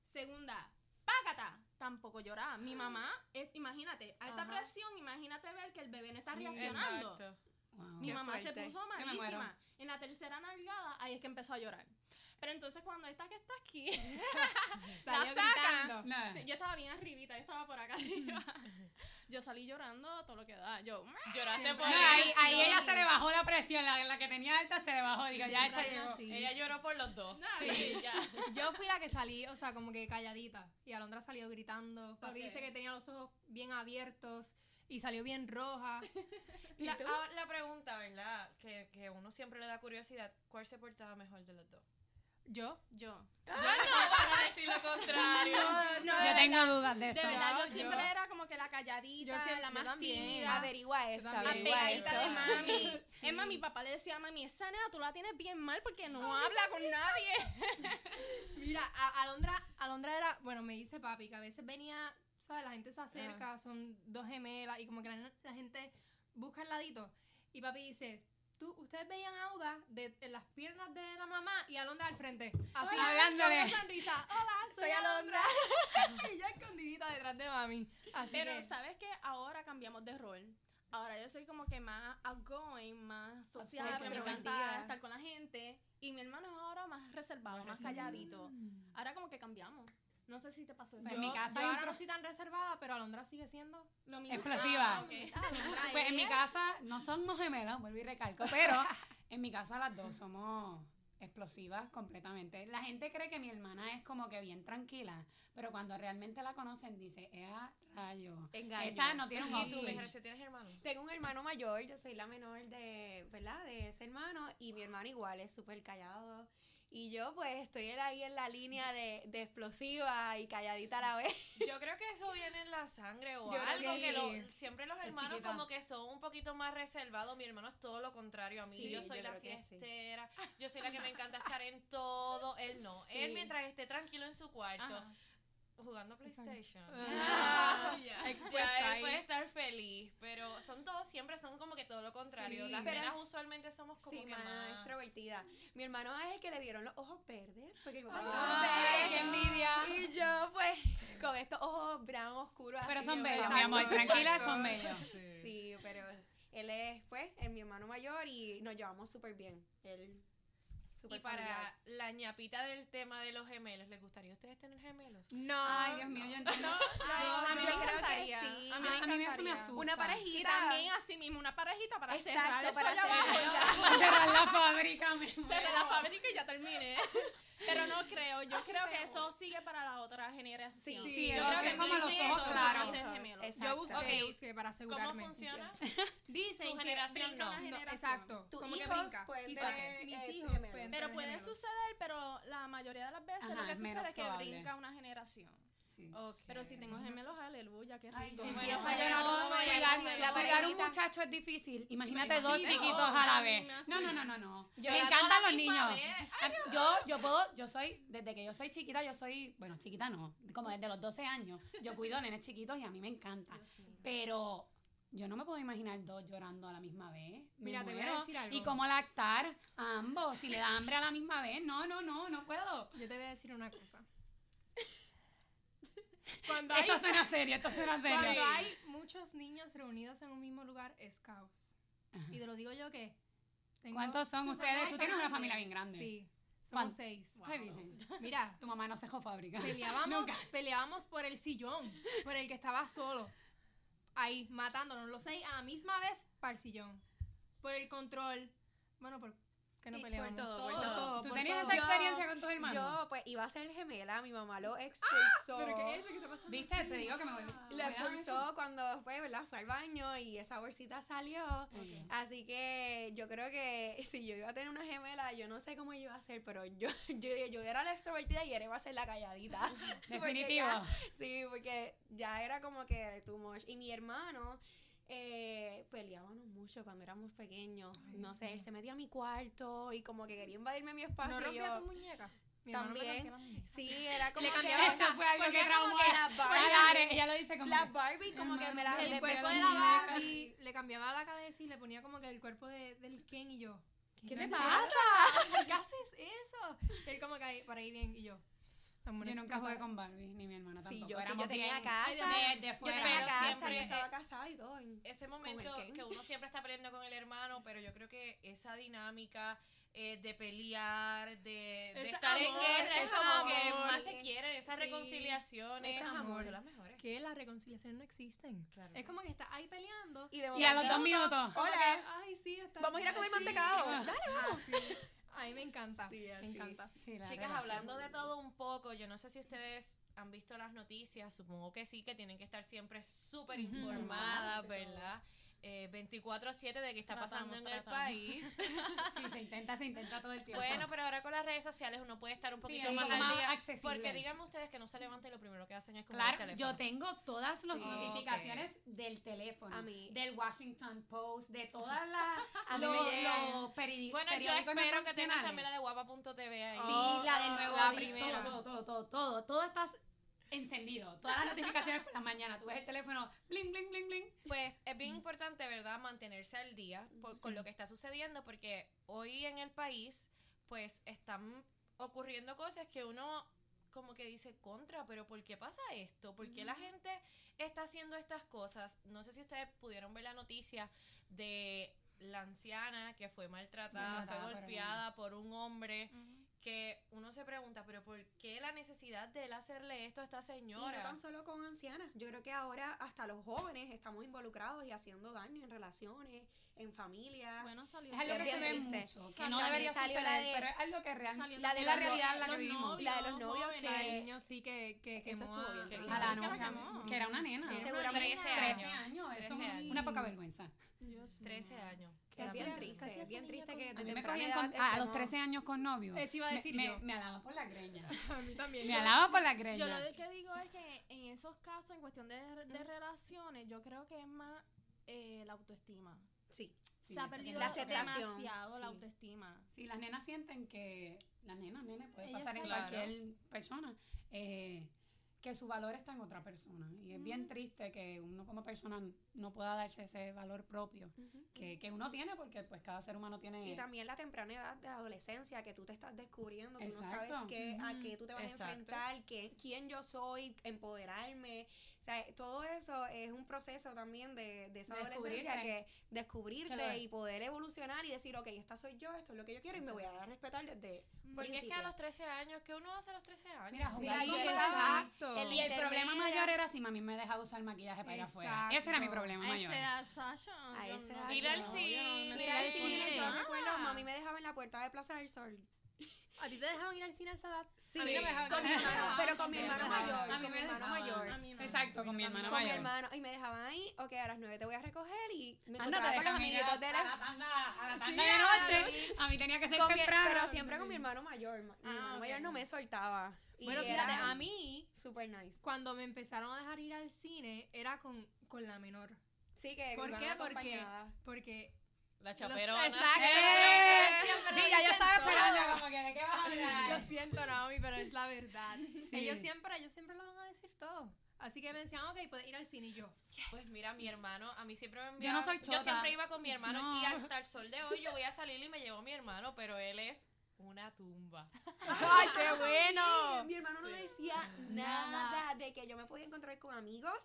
[SPEAKER 4] Segunda, ¡Bácata! Tampoco lloraba. Mi mamá, eh, imagínate, alta
[SPEAKER 5] Ajá.
[SPEAKER 4] presión, imagínate ver que el bebé no está
[SPEAKER 5] Sí.
[SPEAKER 4] reaccionando.
[SPEAKER 1] Exacto.
[SPEAKER 2] Wow.
[SPEAKER 4] Mi
[SPEAKER 3] Qué
[SPEAKER 4] mamá se
[SPEAKER 3] fuerte.
[SPEAKER 4] puso
[SPEAKER 2] Que me muero.
[SPEAKER 4] malísima. En la tercera nalgada, ahí es que empezó a llorar. Pero entonces cuando esta que está aquí,
[SPEAKER 5] Salió
[SPEAKER 4] saca.
[SPEAKER 5] gritando.
[SPEAKER 2] No.
[SPEAKER 4] sí, yo estaba bien arribita, yo estaba por acá arriba. Yo salí llorando todo lo que da. Yo, "Mua".
[SPEAKER 1] Lloraste
[SPEAKER 5] Siempre.
[SPEAKER 1] por
[SPEAKER 2] No,
[SPEAKER 5] Oye,
[SPEAKER 2] ahí,
[SPEAKER 5] sí,
[SPEAKER 2] ahí
[SPEAKER 5] no,
[SPEAKER 2] ella
[SPEAKER 5] y-
[SPEAKER 2] se le bajó la presión, la, la que tenía alta se le bajó. Digo, ya esta
[SPEAKER 5] Ryan
[SPEAKER 2] llegó.
[SPEAKER 5] así.
[SPEAKER 1] Ella lloró por los dos.
[SPEAKER 4] No,
[SPEAKER 1] Sí.
[SPEAKER 4] ya.
[SPEAKER 5] Yo fui la que salí, o sea, como que calladita. Y Alondra salió gritando. Papi
[SPEAKER 4] Ok.
[SPEAKER 5] dice que tenía los ojos bien abiertos y salió bien roja.
[SPEAKER 1] La,
[SPEAKER 5] tú?
[SPEAKER 1] ah, la pregunta, ¿verdad? Que, que uno siempre le da curiosidad. ¿Cuál se portaba mejor de los dos?
[SPEAKER 5] Yo,
[SPEAKER 4] Yo.
[SPEAKER 1] Para decir lo contrario.
[SPEAKER 2] Yo tengo dudas de eso.
[SPEAKER 4] De verdad, yo,
[SPEAKER 5] yo-
[SPEAKER 4] siempre era como que la calladita,
[SPEAKER 5] Yo siempre-
[SPEAKER 4] la
[SPEAKER 5] yo
[SPEAKER 4] más
[SPEAKER 5] también.
[SPEAKER 1] Ah,
[SPEAKER 4] tímida.
[SPEAKER 3] Averigua eso,
[SPEAKER 5] también.
[SPEAKER 3] averigua
[SPEAKER 4] apegadita de
[SPEAKER 3] eso.
[SPEAKER 4] mami. Es más, mi papá le decía a mami, esa nena tú la tienes bien mal porque no habla con nadie.
[SPEAKER 5] mira, a- Alondra, Alondra era, bueno, me dice papi, que a veces venía, ¿sabes? La gente se acerca, son dos gemelas y como que la, la gente busca el ladito. Y papi dice, tú, ustedes veían a Auda de, en las piernas de la mamá y Alondra al frente. Así,
[SPEAKER 2] Hola,
[SPEAKER 5] hablándole.
[SPEAKER 2] Alondra.
[SPEAKER 5] sonrisa. Hola, soy
[SPEAKER 3] Soy Alondra.
[SPEAKER 5] Alondra. y yo escondidita detrás de mami. Así
[SPEAKER 4] Pero
[SPEAKER 5] que-
[SPEAKER 4] sabes que ahora cambiamos de rol. Ahora yo soy como que más outgoing, más social,
[SPEAKER 3] Outgoing,
[SPEAKER 4] me encanta
[SPEAKER 3] extrovertida.
[SPEAKER 4] estar con la gente. Y mi hermano es ahora más reservado, más calladito. Ahora como que cambiamos. No sé si te pasó eso.
[SPEAKER 5] Yo-
[SPEAKER 2] Pues En mi casa
[SPEAKER 5] yo
[SPEAKER 2] hay un
[SPEAKER 5] ahora
[SPEAKER 2] pro-
[SPEAKER 5] no soy tan reservada, pero Alondra sigue siendo.
[SPEAKER 4] Lo mismo.
[SPEAKER 2] Explosiva.
[SPEAKER 4] Ah, ok.
[SPEAKER 2] Pues en mi casa no somos gemelas, vuelvo y recalco, pero en mi casa las dos somos explosivas completamente. La gente cree que mi hermana es como que bien tranquila, pero cuando realmente la conocen dice, ¡ea rayo!
[SPEAKER 3] Engaño.
[SPEAKER 2] Esa no tiene un
[SPEAKER 1] ¿Y tú,
[SPEAKER 2] outfit.
[SPEAKER 1] Mejera, si tienes hermanos?
[SPEAKER 3] Tengo un hermano mayor, yo soy la menor de, ¿verdad? De ese hermano y mi hermano igual es súper callado. Y yo pues estoy en- ahí en la línea de, de explosiva y calladita a la vez.
[SPEAKER 1] Yo creo que eso viene en la sangre o
[SPEAKER 3] Yo creo
[SPEAKER 1] algo
[SPEAKER 3] que
[SPEAKER 1] que, lo-
[SPEAKER 5] sí.
[SPEAKER 1] siempre los
[SPEAKER 2] De
[SPEAKER 1] hermanos
[SPEAKER 2] chiquita.
[SPEAKER 1] como que son un poquito más reservados. Mi hermano es todo lo contrario a mí.
[SPEAKER 3] Sí,
[SPEAKER 1] yo
[SPEAKER 3] yo
[SPEAKER 1] soy la
[SPEAKER 3] creo que sí.
[SPEAKER 1] fiestera, yo soy la que me encanta estar en todo. Él no. Él
[SPEAKER 3] Sí.
[SPEAKER 1] mientras esté tranquilo en su cuarto
[SPEAKER 4] Ajá.
[SPEAKER 1] jugando PlayStation.
[SPEAKER 5] Ah,
[SPEAKER 1] Ya
[SPEAKER 5] expuesta
[SPEAKER 1] él
[SPEAKER 5] ahí.
[SPEAKER 1] puede estar feliz, pero son todos siempre son como que todo lo contrario.
[SPEAKER 3] Sí.
[SPEAKER 1] Las
[SPEAKER 3] Pero-
[SPEAKER 1] nenas usualmente somos como
[SPEAKER 3] sí,
[SPEAKER 1] que
[SPEAKER 3] más,
[SPEAKER 1] más.
[SPEAKER 3] extrovertida. Mi hermano es el que le dieron los ojos verdes porque mi papá tiene ojos
[SPEAKER 2] ¡Ay,
[SPEAKER 3] verdes.
[SPEAKER 2] qué envidia!
[SPEAKER 3] Y yo, pues, con estos ojos brown oscuros.
[SPEAKER 2] Pero
[SPEAKER 3] así,
[SPEAKER 2] son
[SPEAKER 3] yo,
[SPEAKER 2] bellos, mi
[SPEAKER 3] exacto,
[SPEAKER 2] amor, tranquila,
[SPEAKER 5] exacto.
[SPEAKER 2] son bellos.
[SPEAKER 3] Sí, pero él es, pues, es mi hermano mayor y nos llevamos súper bien. Él,
[SPEAKER 1] Y
[SPEAKER 3] súper familiar.
[SPEAKER 1] para la ñapita del tema de los gemelos, ¿les gustaría a ustedes tener gemelos?
[SPEAKER 5] No.
[SPEAKER 2] Ay, Dios mío, yo entiendo.
[SPEAKER 4] a mí
[SPEAKER 3] yo
[SPEAKER 4] me
[SPEAKER 3] creo que
[SPEAKER 4] encantaría.
[SPEAKER 3] sí.
[SPEAKER 4] A mí
[SPEAKER 2] A- a mí me- eso
[SPEAKER 4] me
[SPEAKER 2] me
[SPEAKER 4] encantaría.
[SPEAKER 2] asusta.
[SPEAKER 3] Una parejita.
[SPEAKER 4] Y también así mismo, una parejita para cerrar
[SPEAKER 3] Exacto,
[SPEAKER 4] el
[SPEAKER 3] para
[SPEAKER 4] sol abajo.
[SPEAKER 3] cerrar.
[SPEAKER 2] Cerrar la fábrica, mi amor.
[SPEAKER 4] Cerré la fábrica y ya terminé. Pero no creo, yo creo que eso sigue para la otra generación.
[SPEAKER 3] Sí,
[SPEAKER 5] Sí,
[SPEAKER 4] yo
[SPEAKER 5] yo
[SPEAKER 4] creo
[SPEAKER 5] creo
[SPEAKER 4] que
[SPEAKER 5] que como
[SPEAKER 4] mis
[SPEAKER 5] los
[SPEAKER 4] nietos
[SPEAKER 5] ojos
[SPEAKER 4] van a
[SPEAKER 5] claros.
[SPEAKER 4] ser gemelos.
[SPEAKER 3] Exacto.
[SPEAKER 5] Yo busqué,
[SPEAKER 1] Ok.
[SPEAKER 5] busqué para asegurarme.
[SPEAKER 1] ¿Cómo funciona?
[SPEAKER 5] Dicen
[SPEAKER 1] Su
[SPEAKER 5] que
[SPEAKER 1] generación
[SPEAKER 5] brinca
[SPEAKER 1] no.
[SPEAKER 5] una
[SPEAKER 1] No,
[SPEAKER 5] generación.
[SPEAKER 4] exacto.
[SPEAKER 5] Como
[SPEAKER 3] Tus
[SPEAKER 5] que
[SPEAKER 3] hijos
[SPEAKER 5] brinca.
[SPEAKER 3] pueden
[SPEAKER 5] Dice,
[SPEAKER 3] tener,
[SPEAKER 5] mis
[SPEAKER 3] eh,
[SPEAKER 5] hijos
[SPEAKER 3] gemelos.
[SPEAKER 5] pueden
[SPEAKER 4] Pero
[SPEAKER 5] ser
[SPEAKER 4] puede
[SPEAKER 5] gemelos.
[SPEAKER 4] suceder, pero la mayoría de las veces
[SPEAKER 2] Ajá,
[SPEAKER 4] lo que
[SPEAKER 2] es menos
[SPEAKER 4] sucede es que
[SPEAKER 2] probable.
[SPEAKER 4] brinca una generación.
[SPEAKER 2] sí.
[SPEAKER 1] Ok.
[SPEAKER 4] Pero si tengo gemelos, aleluya, qué
[SPEAKER 2] Ay,
[SPEAKER 4] rico. pues,
[SPEAKER 2] Dios
[SPEAKER 1] Bueno,
[SPEAKER 2] mío,
[SPEAKER 1] eso
[SPEAKER 2] ay,
[SPEAKER 1] ya
[SPEAKER 2] no,
[SPEAKER 1] no
[SPEAKER 2] no,
[SPEAKER 1] puedo
[SPEAKER 2] cuidar-
[SPEAKER 1] imaginar.
[SPEAKER 3] La
[SPEAKER 2] Cuidar un
[SPEAKER 3] parejita.
[SPEAKER 2] muchacho es difícil. Imagínate
[SPEAKER 4] Imagínate,
[SPEAKER 2] dos
[SPEAKER 4] sí,
[SPEAKER 2] chiquitos
[SPEAKER 4] no,
[SPEAKER 2] a la
[SPEAKER 4] a mí
[SPEAKER 2] vez.
[SPEAKER 4] me hace-
[SPEAKER 2] No, no, no, no, no.
[SPEAKER 1] Yo
[SPEAKER 2] Me
[SPEAKER 1] era
[SPEAKER 2] encantan
[SPEAKER 1] toda
[SPEAKER 2] los
[SPEAKER 1] misma
[SPEAKER 2] niños.
[SPEAKER 1] vez.
[SPEAKER 2] A mí- Yo, yo puedo, yo soy, desde que yo soy chiquita, yo soy, bueno, chiquita no, como desde los 12 años, yo cuido a nenes chiquitos y a mí me encanta.
[SPEAKER 4] Dios mío.
[SPEAKER 2] Pero yo no me puedo imaginar dos llorando a la misma vez. Me
[SPEAKER 5] Mira, te voy a
[SPEAKER 2] muero.
[SPEAKER 5] decir algo.
[SPEAKER 2] ¿Y cómo lactar a ambos? Si le da hambre a la misma vez. No, no, no, no puedo.
[SPEAKER 5] Yo te voy a decir una cosa. Cuando hay,
[SPEAKER 2] Esto suena serio, esto suena
[SPEAKER 5] cuando
[SPEAKER 2] serio.
[SPEAKER 5] hay muchos niños reunidos en un mismo lugar, es caos.
[SPEAKER 2] Ajá.
[SPEAKER 5] Y te lo digo yo que... tengo-
[SPEAKER 2] ¿Cuántos son
[SPEAKER 5] tu
[SPEAKER 2] ustedes?
[SPEAKER 5] familia
[SPEAKER 2] Tú
[SPEAKER 5] está
[SPEAKER 2] tienes una
[SPEAKER 5] grande.
[SPEAKER 2] familia bien grande.
[SPEAKER 5] Sí, somos
[SPEAKER 2] ¿Cuánto?
[SPEAKER 5] seis.
[SPEAKER 2] Ay, Virgen.
[SPEAKER 5] Mira,
[SPEAKER 2] Tu mamá no cejó fábrica.
[SPEAKER 5] peleábamos,
[SPEAKER 2] Nunca.
[SPEAKER 5] peleábamos por el sillón, por el que estaba solo. Ahí, matándonos los seis a la misma vez para el sillón. Por el control. Bueno, por que no
[SPEAKER 3] Y por
[SPEAKER 5] peleábamos.
[SPEAKER 3] todo, por
[SPEAKER 5] Por
[SPEAKER 3] todo.
[SPEAKER 5] todo,
[SPEAKER 2] ¿Tú
[SPEAKER 5] por
[SPEAKER 2] tenías
[SPEAKER 5] todo.
[SPEAKER 2] esa experiencia con tus hermanos?
[SPEAKER 3] Yo, pues, iba a ser gemela, mi mamá lo expulsó.
[SPEAKER 5] ¿Pero qué es eso que está pasando?
[SPEAKER 2] ¿Viste? Te digo que me voy.
[SPEAKER 3] Lo
[SPEAKER 2] me dan eso.
[SPEAKER 3] expulsó cuando fue, ¿verdad? Fue al baño y esa bolsita salió.
[SPEAKER 2] Ok.
[SPEAKER 3] Así que yo creo que si yo iba a tener una gemela, yo no sé cómo yo iba a ser, pero yo, yo, yo era la extrovertida y él iba a ser la calladita. Porque
[SPEAKER 2] Definitivo.
[SPEAKER 3] ya- sí, porque ya era como que too much. Y mi hermano, eh, peleábamos mucho cuando éramos pequeños.
[SPEAKER 5] Ay,
[SPEAKER 3] no
[SPEAKER 5] Dios
[SPEAKER 3] sé, él
[SPEAKER 5] mío.
[SPEAKER 3] se metía a mi cuarto y como que quería invadirme mi espacio.
[SPEAKER 5] ¿No
[SPEAKER 3] y
[SPEAKER 5] rompía
[SPEAKER 3] yo-
[SPEAKER 5] tu muñeca? Mi hermano me
[SPEAKER 3] También.
[SPEAKER 5] rompía las muñecas.
[SPEAKER 3] sí, era como
[SPEAKER 5] Le
[SPEAKER 3] que-
[SPEAKER 5] cambiaba
[SPEAKER 2] Eso fue algo
[SPEAKER 5] Porque
[SPEAKER 2] que
[SPEAKER 5] era como
[SPEAKER 2] traumó.
[SPEAKER 5] que
[SPEAKER 3] la
[SPEAKER 2] Ah,
[SPEAKER 3] Barbie-
[SPEAKER 2] dale, ella lo dice como.
[SPEAKER 3] La
[SPEAKER 2] que-
[SPEAKER 3] Barbie como que me la
[SPEAKER 2] Hermano,
[SPEAKER 5] El
[SPEAKER 3] le
[SPEAKER 5] cuerpo
[SPEAKER 3] pegaba
[SPEAKER 5] de
[SPEAKER 3] en
[SPEAKER 5] la
[SPEAKER 3] mi muñeca.
[SPEAKER 5] Barbie le cambiaba la cabeza y le ponía como que el cuerpo de- del Ken y yo.
[SPEAKER 3] ¿Qué te
[SPEAKER 5] es
[SPEAKER 3] pasa?
[SPEAKER 5] ¿Por qué haces eso? Él como que ahí- por ahí bien y yo. "I'm gonna
[SPEAKER 2] Yo nunca jugué
[SPEAKER 5] explotar".
[SPEAKER 2] con Barbie, ni mi hermana
[SPEAKER 3] Sí,
[SPEAKER 2] tampoco.
[SPEAKER 3] yo, sí,
[SPEAKER 2] Éramos
[SPEAKER 3] yo tenía
[SPEAKER 2] bien-
[SPEAKER 4] Ay, Dios
[SPEAKER 3] casa.
[SPEAKER 4] mío.
[SPEAKER 2] bien de
[SPEAKER 3] Yo
[SPEAKER 2] fuera.
[SPEAKER 3] tenía
[SPEAKER 1] Pero
[SPEAKER 3] casa,
[SPEAKER 1] siempre-
[SPEAKER 3] yo estaba casada y todo. y-
[SPEAKER 1] ese momento
[SPEAKER 3] Ken.
[SPEAKER 1] que uno siempre está peleando con el hermano, pero yo creo que esa dinámica eh, de pelear, de, de
[SPEAKER 5] Ese
[SPEAKER 1] estar en
[SPEAKER 5] amor,
[SPEAKER 1] guerra, es
[SPEAKER 5] ese
[SPEAKER 1] como que
[SPEAKER 5] amor.
[SPEAKER 1] más se quieren, esas
[SPEAKER 5] Sí.
[SPEAKER 1] reconciliaciones
[SPEAKER 5] Ese amor.
[SPEAKER 1] son las mejores.
[SPEAKER 5] Que las reconciliaciones no existen.
[SPEAKER 1] Claro.
[SPEAKER 5] Es como que estás ahí peleando.
[SPEAKER 3] Y, de
[SPEAKER 2] Y a los
[SPEAKER 3] momento-
[SPEAKER 2] dos minutos.
[SPEAKER 5] como que,
[SPEAKER 3] Hola.
[SPEAKER 5] Ay, sí, está-
[SPEAKER 3] Vamos a ir a comer
[SPEAKER 5] sí".
[SPEAKER 3] mantecado.
[SPEAKER 5] Ah,
[SPEAKER 3] Dale,
[SPEAKER 5] sí. A mí me encanta.
[SPEAKER 3] Sí, así.
[SPEAKER 5] me encanta.
[SPEAKER 2] Sí, la
[SPEAKER 1] Chicas,
[SPEAKER 2] relación.
[SPEAKER 1] hablando de todo un poco, yo no sé si ustedes han visto las noticias, supongo que sí, que tienen que estar siempre súper
[SPEAKER 5] Ujú.
[SPEAKER 1] informadas,
[SPEAKER 3] Informadas de todo.
[SPEAKER 1] ¿verdad? Eh, 24/7 de qué está pasando
[SPEAKER 4] Tratamos,
[SPEAKER 1] en
[SPEAKER 4] tratamos.
[SPEAKER 1] el país.
[SPEAKER 2] Sí, se intenta, se intenta todo el tiempo.
[SPEAKER 1] Bueno, pero ahora con las redes sociales uno puede estar un poquito
[SPEAKER 2] es
[SPEAKER 1] más
[SPEAKER 2] como
[SPEAKER 1] al
[SPEAKER 2] más
[SPEAKER 1] día.
[SPEAKER 2] accesible.
[SPEAKER 1] Porque díganme ustedes que no se levantan y lo primero que hacen es como el
[SPEAKER 2] Claro,
[SPEAKER 1] teléfono.
[SPEAKER 2] yo tengo todas las
[SPEAKER 3] Sí.
[SPEAKER 2] notificaciones del teléfono,
[SPEAKER 3] A mí-
[SPEAKER 2] del Washington Post, de todas las
[SPEAKER 3] A mí
[SPEAKER 2] lo-
[SPEAKER 3] me llegan.
[SPEAKER 2] los peridi-
[SPEAKER 1] Bueno, yo
[SPEAKER 2] periódicos
[SPEAKER 1] espero que tengas
[SPEAKER 2] nacionales.
[SPEAKER 1] también la de guapa.tv ahí.
[SPEAKER 2] Sí,
[SPEAKER 3] Oh,
[SPEAKER 2] la del
[SPEAKER 3] oh,
[SPEAKER 2] nuevo
[SPEAKER 5] la
[SPEAKER 2] día,
[SPEAKER 5] primera.
[SPEAKER 2] Todo, todo, todo, todo, todo estás encendido. Todas las notificaciones por la mañana. Tú ves el teléfono, bling, bling, bling, bling.
[SPEAKER 1] Pues es bien importante, ¿verdad?, mantenerse al día por- con
[SPEAKER 5] Sí.
[SPEAKER 1] lo que está sucediendo, porque hoy en el país, pues están ocurriendo cosas que uno como que dice contra, pero ¿por qué pasa esto? ¿Por qué la gente está haciendo estas cosas? No sé si ustedes pudieron ver la noticia de la anciana que fue maltratada,
[SPEAKER 2] maltratada por
[SPEAKER 1] fue
[SPEAKER 2] un
[SPEAKER 1] golpeada por un hombre,
[SPEAKER 4] Ujú.
[SPEAKER 1] que uno se pregunta, pero ¿por qué la necesidad de él hacerle esto a esta
[SPEAKER 3] Y no
[SPEAKER 1] señora?
[SPEAKER 3] tan solo con ancianas. Yo creo que ahora hasta los jóvenes estamos involucrados y haciendo daño en relaciones, en familia.
[SPEAKER 4] Bueno, salió.
[SPEAKER 2] Es algo
[SPEAKER 3] Es
[SPEAKER 2] que se
[SPEAKER 3] bien
[SPEAKER 2] ve
[SPEAKER 3] triste.
[SPEAKER 2] mucho, que
[SPEAKER 4] Salió-
[SPEAKER 2] no debería
[SPEAKER 3] salió la
[SPEAKER 2] suceder,
[SPEAKER 3] de-
[SPEAKER 2] pero es algo que realmente...
[SPEAKER 4] Salió
[SPEAKER 3] la de
[SPEAKER 4] también
[SPEAKER 3] la
[SPEAKER 4] los-
[SPEAKER 2] realidad la
[SPEAKER 4] los
[SPEAKER 2] que vimos.
[SPEAKER 4] novios,
[SPEAKER 3] La de los novios
[SPEAKER 4] jóvenes.
[SPEAKER 3] que-
[SPEAKER 5] La del
[SPEAKER 3] es-
[SPEAKER 5] niño sí que, que
[SPEAKER 3] eso
[SPEAKER 5] quemó
[SPEAKER 3] estuvo
[SPEAKER 5] a-
[SPEAKER 3] bien
[SPEAKER 5] que
[SPEAKER 3] triste.
[SPEAKER 2] A la
[SPEAKER 4] Sí, que la
[SPEAKER 2] novia,
[SPEAKER 4] quemó.
[SPEAKER 2] que era una nena.
[SPEAKER 1] Era
[SPEAKER 2] ¿no?
[SPEAKER 1] una
[SPEAKER 3] Seguramente.
[SPEAKER 1] 13
[SPEAKER 2] 13
[SPEAKER 1] años.
[SPEAKER 2] años, eso es
[SPEAKER 1] 13 años.
[SPEAKER 2] una poca vergüenza.
[SPEAKER 5] Dios
[SPEAKER 1] 13 años.
[SPEAKER 3] Que es
[SPEAKER 5] Casi
[SPEAKER 3] bien
[SPEAKER 5] a-
[SPEAKER 3] triste,
[SPEAKER 5] casi a
[SPEAKER 3] es bien
[SPEAKER 5] esa
[SPEAKER 3] triste
[SPEAKER 5] niña
[SPEAKER 3] que
[SPEAKER 2] A
[SPEAKER 3] desde
[SPEAKER 2] mí me
[SPEAKER 3] temprana
[SPEAKER 2] cogían
[SPEAKER 3] edad
[SPEAKER 2] con- a, a los
[SPEAKER 3] estemos-
[SPEAKER 2] 13 años con novio.
[SPEAKER 5] Eso iba a
[SPEAKER 2] Me-
[SPEAKER 5] decir
[SPEAKER 2] me,
[SPEAKER 5] yo.
[SPEAKER 2] me alaba por la greña.
[SPEAKER 5] A mí también.
[SPEAKER 2] Me alaba por la greña.
[SPEAKER 4] Yo lo que digo es que en esos casos, en cuestión de, de relaciones, yo creo que es más eh, la autoestima.
[SPEAKER 3] Sí,
[SPEAKER 2] Sí,
[SPEAKER 4] Se ha
[SPEAKER 2] eso tiene
[SPEAKER 4] perdido
[SPEAKER 3] La aceptación,
[SPEAKER 4] demasiado la
[SPEAKER 3] sí.
[SPEAKER 4] autoestima.
[SPEAKER 2] Sí, las nenas sienten que, las nenas, nenes, puede
[SPEAKER 5] Ellas
[SPEAKER 2] pasar en
[SPEAKER 1] saben.
[SPEAKER 2] cualquier persona, eh, que su valor está en otra persona. Y es bien
[SPEAKER 4] Ujú.
[SPEAKER 2] triste que uno como persona no pueda darse ese valor propio que, que uno tiene, porque pues cada ser humano tiene...
[SPEAKER 3] Y también la temprana edad de la adolescencia, que tú te estás descubriendo, que no
[SPEAKER 2] Exacto.
[SPEAKER 3] sabes qué,
[SPEAKER 5] Ujú.
[SPEAKER 3] a qué tú te vas
[SPEAKER 1] Exacto.
[SPEAKER 3] a enfrentar, qué- quién yo soy, empoderarme. O sea, todo eso es un proceso también de, de esa
[SPEAKER 2] De
[SPEAKER 3] adolescencia
[SPEAKER 2] descubrirte.
[SPEAKER 3] que descubrirte
[SPEAKER 2] Claro.
[SPEAKER 3] y poder evolucionar y decir, ok, esta soy yo, esto es lo que yo quiero y me voy a dar a respetar desde...
[SPEAKER 1] Porque es que a
[SPEAKER 3] principio.
[SPEAKER 1] los 13 años, ¿qué uno hace a los 13 años?
[SPEAKER 2] Mira,
[SPEAKER 3] Sí,
[SPEAKER 2] jugar
[SPEAKER 3] ahí
[SPEAKER 2] con
[SPEAKER 3] está.
[SPEAKER 2] personas.
[SPEAKER 5] Exacto.
[SPEAKER 3] El
[SPEAKER 2] Y el
[SPEAKER 3] Internet
[SPEAKER 2] problema
[SPEAKER 3] era-
[SPEAKER 2] mayor era si mami me dejaba usar maquillaje para ir afuera. Ese era mi
[SPEAKER 5] Exacto.
[SPEAKER 2] problema
[SPEAKER 4] A
[SPEAKER 2] mayor.
[SPEAKER 4] esa edad, Sasha,
[SPEAKER 3] A
[SPEAKER 4] yo
[SPEAKER 3] esa
[SPEAKER 4] no-
[SPEAKER 3] edad,
[SPEAKER 1] Ir al
[SPEAKER 3] no,
[SPEAKER 1] cine,
[SPEAKER 4] yo no me
[SPEAKER 3] Mira,
[SPEAKER 5] al
[SPEAKER 3] el
[SPEAKER 5] Sí,
[SPEAKER 4] sé
[SPEAKER 3] cine,
[SPEAKER 5] sí,
[SPEAKER 3] yo
[SPEAKER 4] nada.
[SPEAKER 3] recuerdo, mami me dejaba en la puerta de Plaza del Sol.
[SPEAKER 5] ¿A ti te dejaban ir al cine a esa edad?
[SPEAKER 3] Sí,
[SPEAKER 5] A mí no me dejaban
[SPEAKER 3] con mi
[SPEAKER 5] ir.
[SPEAKER 3] hermano, pero con mi
[SPEAKER 5] Ah, Sí,
[SPEAKER 3] hermano
[SPEAKER 5] me dejaban.
[SPEAKER 2] A
[SPEAKER 3] mayor.
[SPEAKER 2] mí
[SPEAKER 3] con mi
[SPEAKER 2] me
[SPEAKER 3] hermano
[SPEAKER 2] dejaban.
[SPEAKER 3] mayor.
[SPEAKER 5] A mí no.
[SPEAKER 2] Exacto, con mi hermano
[SPEAKER 3] Con mi
[SPEAKER 2] mayor.
[SPEAKER 3] hermano. Y me dejaban ahí, ok, a las 9 te voy a recoger y me
[SPEAKER 2] Anda,
[SPEAKER 3] encontraba
[SPEAKER 2] te dejan
[SPEAKER 3] con los
[SPEAKER 2] ir a
[SPEAKER 3] amiguitos de
[SPEAKER 2] a
[SPEAKER 3] la...
[SPEAKER 2] la tanda, a la
[SPEAKER 5] Sí,
[SPEAKER 2] tanda
[SPEAKER 5] a la
[SPEAKER 2] de noche.
[SPEAKER 3] noche.
[SPEAKER 2] A mí tenía que ser
[SPEAKER 3] Con mi-
[SPEAKER 2] temprano.
[SPEAKER 3] pero siempre con mi hermano mayor. ma- Mi
[SPEAKER 5] Ah,
[SPEAKER 3] hermano
[SPEAKER 5] ok.
[SPEAKER 3] mayor no me soltaba. Y
[SPEAKER 5] Bueno,
[SPEAKER 3] era
[SPEAKER 5] fíjate, a mí,
[SPEAKER 3] Super nice.
[SPEAKER 5] cuando me empezaron a dejar ir al cine, era con, con la menor.
[SPEAKER 3] Sí, que
[SPEAKER 5] ¿Por
[SPEAKER 3] mi
[SPEAKER 5] qué?
[SPEAKER 3] hermana
[SPEAKER 5] Porque-
[SPEAKER 3] acompañada.
[SPEAKER 5] Porque.
[SPEAKER 1] La
[SPEAKER 5] los-
[SPEAKER 1] chaperona.
[SPEAKER 5] exacto.
[SPEAKER 2] ¡Eh!
[SPEAKER 5] Siempre lo
[SPEAKER 2] Sí, ya yo
[SPEAKER 5] dicen
[SPEAKER 2] estaba
[SPEAKER 5] todo.
[SPEAKER 2] esperando, como que de qué vas a hablar.
[SPEAKER 5] Lo siento, Naomi, pero es la verdad. Ellos siempre, ellos siempre lo van a decir todo. Así que me decían, ok, puedes ir al cine y yo.
[SPEAKER 1] Pues mira, mi hermano, a mí siempre me enviaba.
[SPEAKER 2] Yo no soy chota.
[SPEAKER 1] Yo siempre iba con mi hermano
[SPEAKER 2] No.
[SPEAKER 1] y hasta el sol de hoy yo voy a salir y me llevo mi hermano, pero él es una tumba.
[SPEAKER 5] ¡Ay, qué bueno!
[SPEAKER 3] Mi hermano no me decía
[SPEAKER 2] Nada.
[SPEAKER 3] nada. de que yo me podía encontrar con amigos,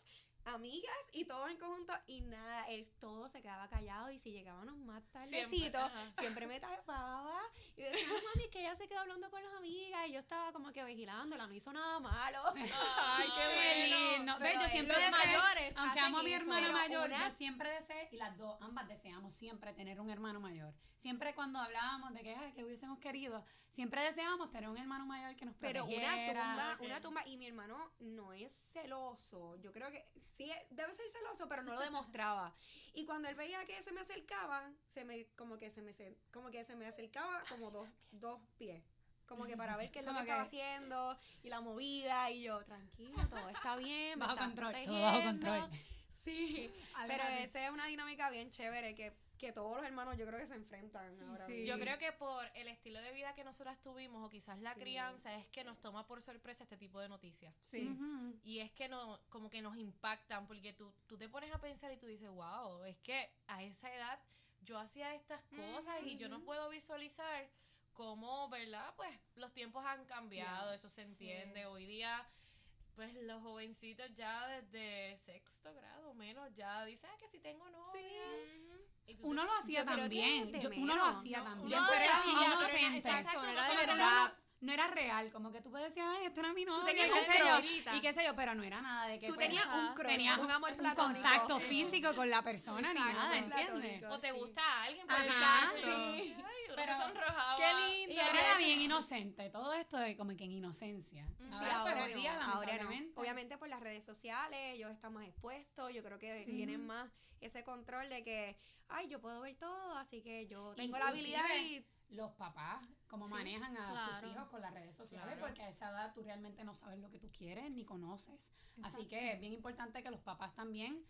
[SPEAKER 3] amigas y todos en conjunto y nada, él todo se quedaba callado y si llegábamos más
[SPEAKER 1] Siempre.
[SPEAKER 3] tardecito,
[SPEAKER 1] ajá.
[SPEAKER 3] siempre me tapaba y decía, "No, mami, es que ella se quedó hablando con las amigas y yo estaba como que vigilándola, no hizo nada malo.
[SPEAKER 1] Ay,
[SPEAKER 2] Qué lindo. Ve,
[SPEAKER 3] pero
[SPEAKER 2] yo
[SPEAKER 3] él-
[SPEAKER 2] siempre
[SPEAKER 5] Los
[SPEAKER 2] deseé-
[SPEAKER 5] mayores
[SPEAKER 2] Aunque
[SPEAKER 5] hacen
[SPEAKER 2] amo a mi
[SPEAKER 5] eso.
[SPEAKER 2] hermana
[SPEAKER 3] Pero
[SPEAKER 2] mayor,
[SPEAKER 3] una-
[SPEAKER 2] yo siempre deseé, y las dos, ambas deseamos siempre tener un hermano mayor. Siempre cuando hablábamos de que, ay, que hubiésemos querido, siempre deseábamos tener un hermano mayor que nos
[SPEAKER 3] Pero
[SPEAKER 2] protegiera.
[SPEAKER 3] una tumba, una
[SPEAKER 5] ok.
[SPEAKER 3] tumba y mi hermano no es celoso. Yo creo que sí debe ser celoso, pero no lo demostraba. Y cuando él veía que se me acercaban, se me como que se me acer- como que se me acercaba como dos dos pies. Como que para ver qué es lo que
[SPEAKER 2] Como
[SPEAKER 3] estaba
[SPEAKER 2] que-
[SPEAKER 3] haciendo y la movida y yo, tranquilo, todo está bien, me
[SPEAKER 2] Bajo
[SPEAKER 3] estás
[SPEAKER 2] control, todo bajo
[SPEAKER 3] protegiendo".
[SPEAKER 2] control.
[SPEAKER 3] Sí, pero
[SPEAKER 5] Aléjate.
[SPEAKER 3] esa es una dinámica bien chévere que, que todos los hermanos yo creo que se enfrentan ahora.
[SPEAKER 5] Sí.
[SPEAKER 3] mismo.
[SPEAKER 1] Yo creo que por el estilo de vida que nosotras tuvimos o quizás la
[SPEAKER 3] Sí.
[SPEAKER 1] crianza es que nos toma por sorpresa este tipo de noticias.
[SPEAKER 5] Sí.
[SPEAKER 2] Ujú.
[SPEAKER 1] Y es que no, como que nos impactan porque tú, tú te pones a pensar y tú dices, wow, es que a esa edad yo hacía estas cosas y yo no puedo visualizar cómo, ¿verdad? Pues los tiempos han cambiado, eso se entiende. Hoy día, pues los jovencitos ya desde sexto grado menos ya dicen "Ah, que si tengo novia. Y tú te-
[SPEAKER 2] Uno lo hacía
[SPEAKER 3] Yo creo que
[SPEAKER 2] también.
[SPEAKER 3] de
[SPEAKER 2] Yo- uno lo
[SPEAKER 3] menos,
[SPEAKER 2] hacía
[SPEAKER 5] ¿no?
[SPEAKER 2] también.
[SPEAKER 5] Uno
[SPEAKER 2] pero
[SPEAKER 5] lo
[SPEAKER 2] era
[SPEAKER 5] hacía,
[SPEAKER 2] bien
[SPEAKER 5] pero era-
[SPEAKER 2] inocente.
[SPEAKER 5] exacto,
[SPEAKER 2] no,
[SPEAKER 5] era de
[SPEAKER 2] era
[SPEAKER 5] verdad.
[SPEAKER 2] no- no era real, como que tú puedes decir, ay, esta era mi novia,
[SPEAKER 3] tenías
[SPEAKER 2] y
[SPEAKER 3] un
[SPEAKER 2] qué sé yo,
[SPEAKER 5] crush.
[SPEAKER 2] y qué sé yo, pero no era nada de que
[SPEAKER 3] Tú
[SPEAKER 2] pues,
[SPEAKER 3] tenías un
[SPEAKER 5] Ajá.
[SPEAKER 3] crush,
[SPEAKER 2] Tenías
[SPEAKER 3] un amor
[SPEAKER 2] un
[SPEAKER 3] platónico. eh,
[SPEAKER 2] contacto
[SPEAKER 5] Eso.
[SPEAKER 2] físico con la persona ni
[SPEAKER 5] Exacto.
[SPEAKER 2] nada, ¿entiendes?
[SPEAKER 3] Platónico,
[SPEAKER 1] o te
[SPEAKER 3] sí.
[SPEAKER 1] gusta a alguien, pero
[SPEAKER 2] Ajá.
[SPEAKER 1] dices,
[SPEAKER 5] Sí.
[SPEAKER 1] "Ay, el
[SPEAKER 2] Pero-
[SPEAKER 1] brazo sonrojado".
[SPEAKER 5] ¡Qué
[SPEAKER 2] Y
[SPEAKER 5] lindo!
[SPEAKER 2] yo era bien inocente, todo esto de como que en inocencia.
[SPEAKER 1] Sí,
[SPEAKER 2] Ahora,
[SPEAKER 3] ahora
[SPEAKER 2] por el
[SPEAKER 3] no,
[SPEAKER 2] día,
[SPEAKER 3] Mm, ahora no.
[SPEAKER 2] lamentablemente,
[SPEAKER 3] Obviamente por las redes sociales, ellos están más expuestos, yo creo que
[SPEAKER 5] Sí.
[SPEAKER 3] tienen más ese control de que, ay, yo puedo ver todo, así que yo tengo la
[SPEAKER 2] Inclusive,
[SPEAKER 3] habilidad y...
[SPEAKER 2] Los papás, cómo
[SPEAKER 3] Sí,
[SPEAKER 2] manejan a
[SPEAKER 4] claro.
[SPEAKER 2] sus hijos con las redes sociales,
[SPEAKER 1] Claro.
[SPEAKER 2] porque a esa edad tú realmente no sabes lo que tú quieres ni conoces. Así que es bien importante que los papás también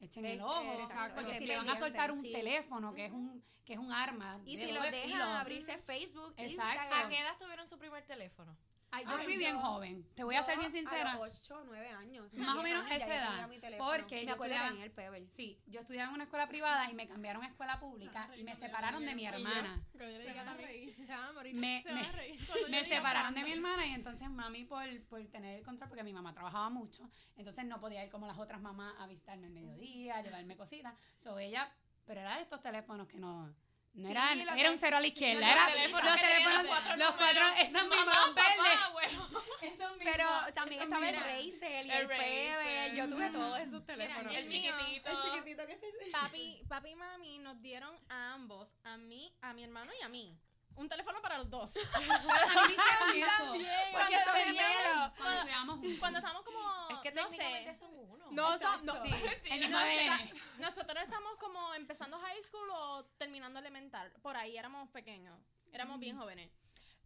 [SPEAKER 2] echen el
[SPEAKER 3] Es-
[SPEAKER 2] ojo,
[SPEAKER 3] exacto,
[SPEAKER 5] exacto,
[SPEAKER 2] porque
[SPEAKER 5] estén
[SPEAKER 2] si le van a soltar un
[SPEAKER 3] pendientes, sí.
[SPEAKER 2] teléfono, que es un que es un arma.
[SPEAKER 3] Y
[SPEAKER 2] de
[SPEAKER 3] si los
[SPEAKER 2] doble
[SPEAKER 3] dejan
[SPEAKER 2] filo.
[SPEAKER 3] abrirse Facebook,
[SPEAKER 2] Exacto.
[SPEAKER 1] ¿A
[SPEAKER 3] Instagram.
[SPEAKER 1] qué edad tuvieron su primer teléfono?
[SPEAKER 2] Ay, yo
[SPEAKER 3] Ay,
[SPEAKER 2] fui bien
[SPEAKER 3] yo-
[SPEAKER 2] joven, te voy a ser bien
[SPEAKER 3] Yo
[SPEAKER 2] sincera.
[SPEAKER 3] A 8 9 años.
[SPEAKER 2] Más o
[SPEAKER 3] 10
[SPEAKER 2] menos
[SPEAKER 3] años ya
[SPEAKER 2] esa
[SPEAKER 3] yo tenía
[SPEAKER 2] edad,
[SPEAKER 3] mi teléfono.
[SPEAKER 2] porque yo
[SPEAKER 3] me acuerdo de
[SPEAKER 2] estudiaba-
[SPEAKER 3] Daniel Pebble.
[SPEAKER 2] Sí, yo estudiaba en una escuela privada y me cambiaron a escuela pública y me separaron de mi hermana.
[SPEAKER 5] Cuando yo le
[SPEAKER 4] Se
[SPEAKER 5] diga
[SPEAKER 4] van a
[SPEAKER 5] también,
[SPEAKER 4] reír.
[SPEAKER 5] se van a morir.
[SPEAKER 2] Me,
[SPEAKER 4] Se van
[SPEAKER 2] me-
[SPEAKER 4] a reír cuando yo
[SPEAKER 2] me
[SPEAKER 4] diga
[SPEAKER 2] separaron de
[SPEAKER 4] tanto.
[SPEAKER 2] mi hermana y entonces mami por, por tener el control, porque mi mamá trabajaba mucho, entonces no podía ir como las otras mamás a visitarme al mediodía, a llevarme cositas. So ella, pero era de estos teléfonos que no... No
[SPEAKER 3] Sí,
[SPEAKER 2] eran,
[SPEAKER 3] lo
[SPEAKER 2] era
[SPEAKER 3] que-
[SPEAKER 2] un cero a la izquierda,
[SPEAKER 3] los
[SPEAKER 2] era
[SPEAKER 1] teléfonos
[SPEAKER 2] los
[SPEAKER 1] que tenían
[SPEAKER 2] teléfonos,
[SPEAKER 1] cuatro
[SPEAKER 2] los cuatro,
[SPEAKER 1] números.
[SPEAKER 2] esos mismos
[SPEAKER 1] Mamá, Ah, papá,
[SPEAKER 2] verdes.
[SPEAKER 1] abuelo.
[SPEAKER 2] Esos mismos.
[SPEAKER 3] Pero también
[SPEAKER 2] esos
[SPEAKER 3] estaba el
[SPEAKER 2] mismos.
[SPEAKER 3] Razer y
[SPEAKER 1] El
[SPEAKER 3] el, Pebble.
[SPEAKER 1] Razer.
[SPEAKER 3] Yo tuve
[SPEAKER 2] Mm.
[SPEAKER 3] todos esos teléfonos.
[SPEAKER 4] Mira,
[SPEAKER 1] El chiquitito.
[SPEAKER 3] El chiquitito que se...
[SPEAKER 4] Papi, papi y mami nos dieron a ambos, a mí, a mi hermano y a mí, un teléfono para los dos.
[SPEAKER 2] A mí me hicieron eso.
[SPEAKER 3] Porque
[SPEAKER 4] Cuando
[SPEAKER 3] son
[SPEAKER 4] teníamos-
[SPEAKER 3] gemelos.
[SPEAKER 2] Cuando estudiábamos juntos.
[SPEAKER 4] Cuando estábamos como,
[SPEAKER 1] Es que
[SPEAKER 4] no
[SPEAKER 1] técnicamente
[SPEAKER 4] sé,
[SPEAKER 1] son uno.
[SPEAKER 5] No, son, no.
[SPEAKER 2] Sí, el
[SPEAKER 4] No
[SPEAKER 2] mismo
[SPEAKER 4] sé,
[SPEAKER 2] ADN.
[SPEAKER 4] nosotros estamos como empezando high school o terminando elemental, por ahí éramos pequeños, éramos bien jóvenes.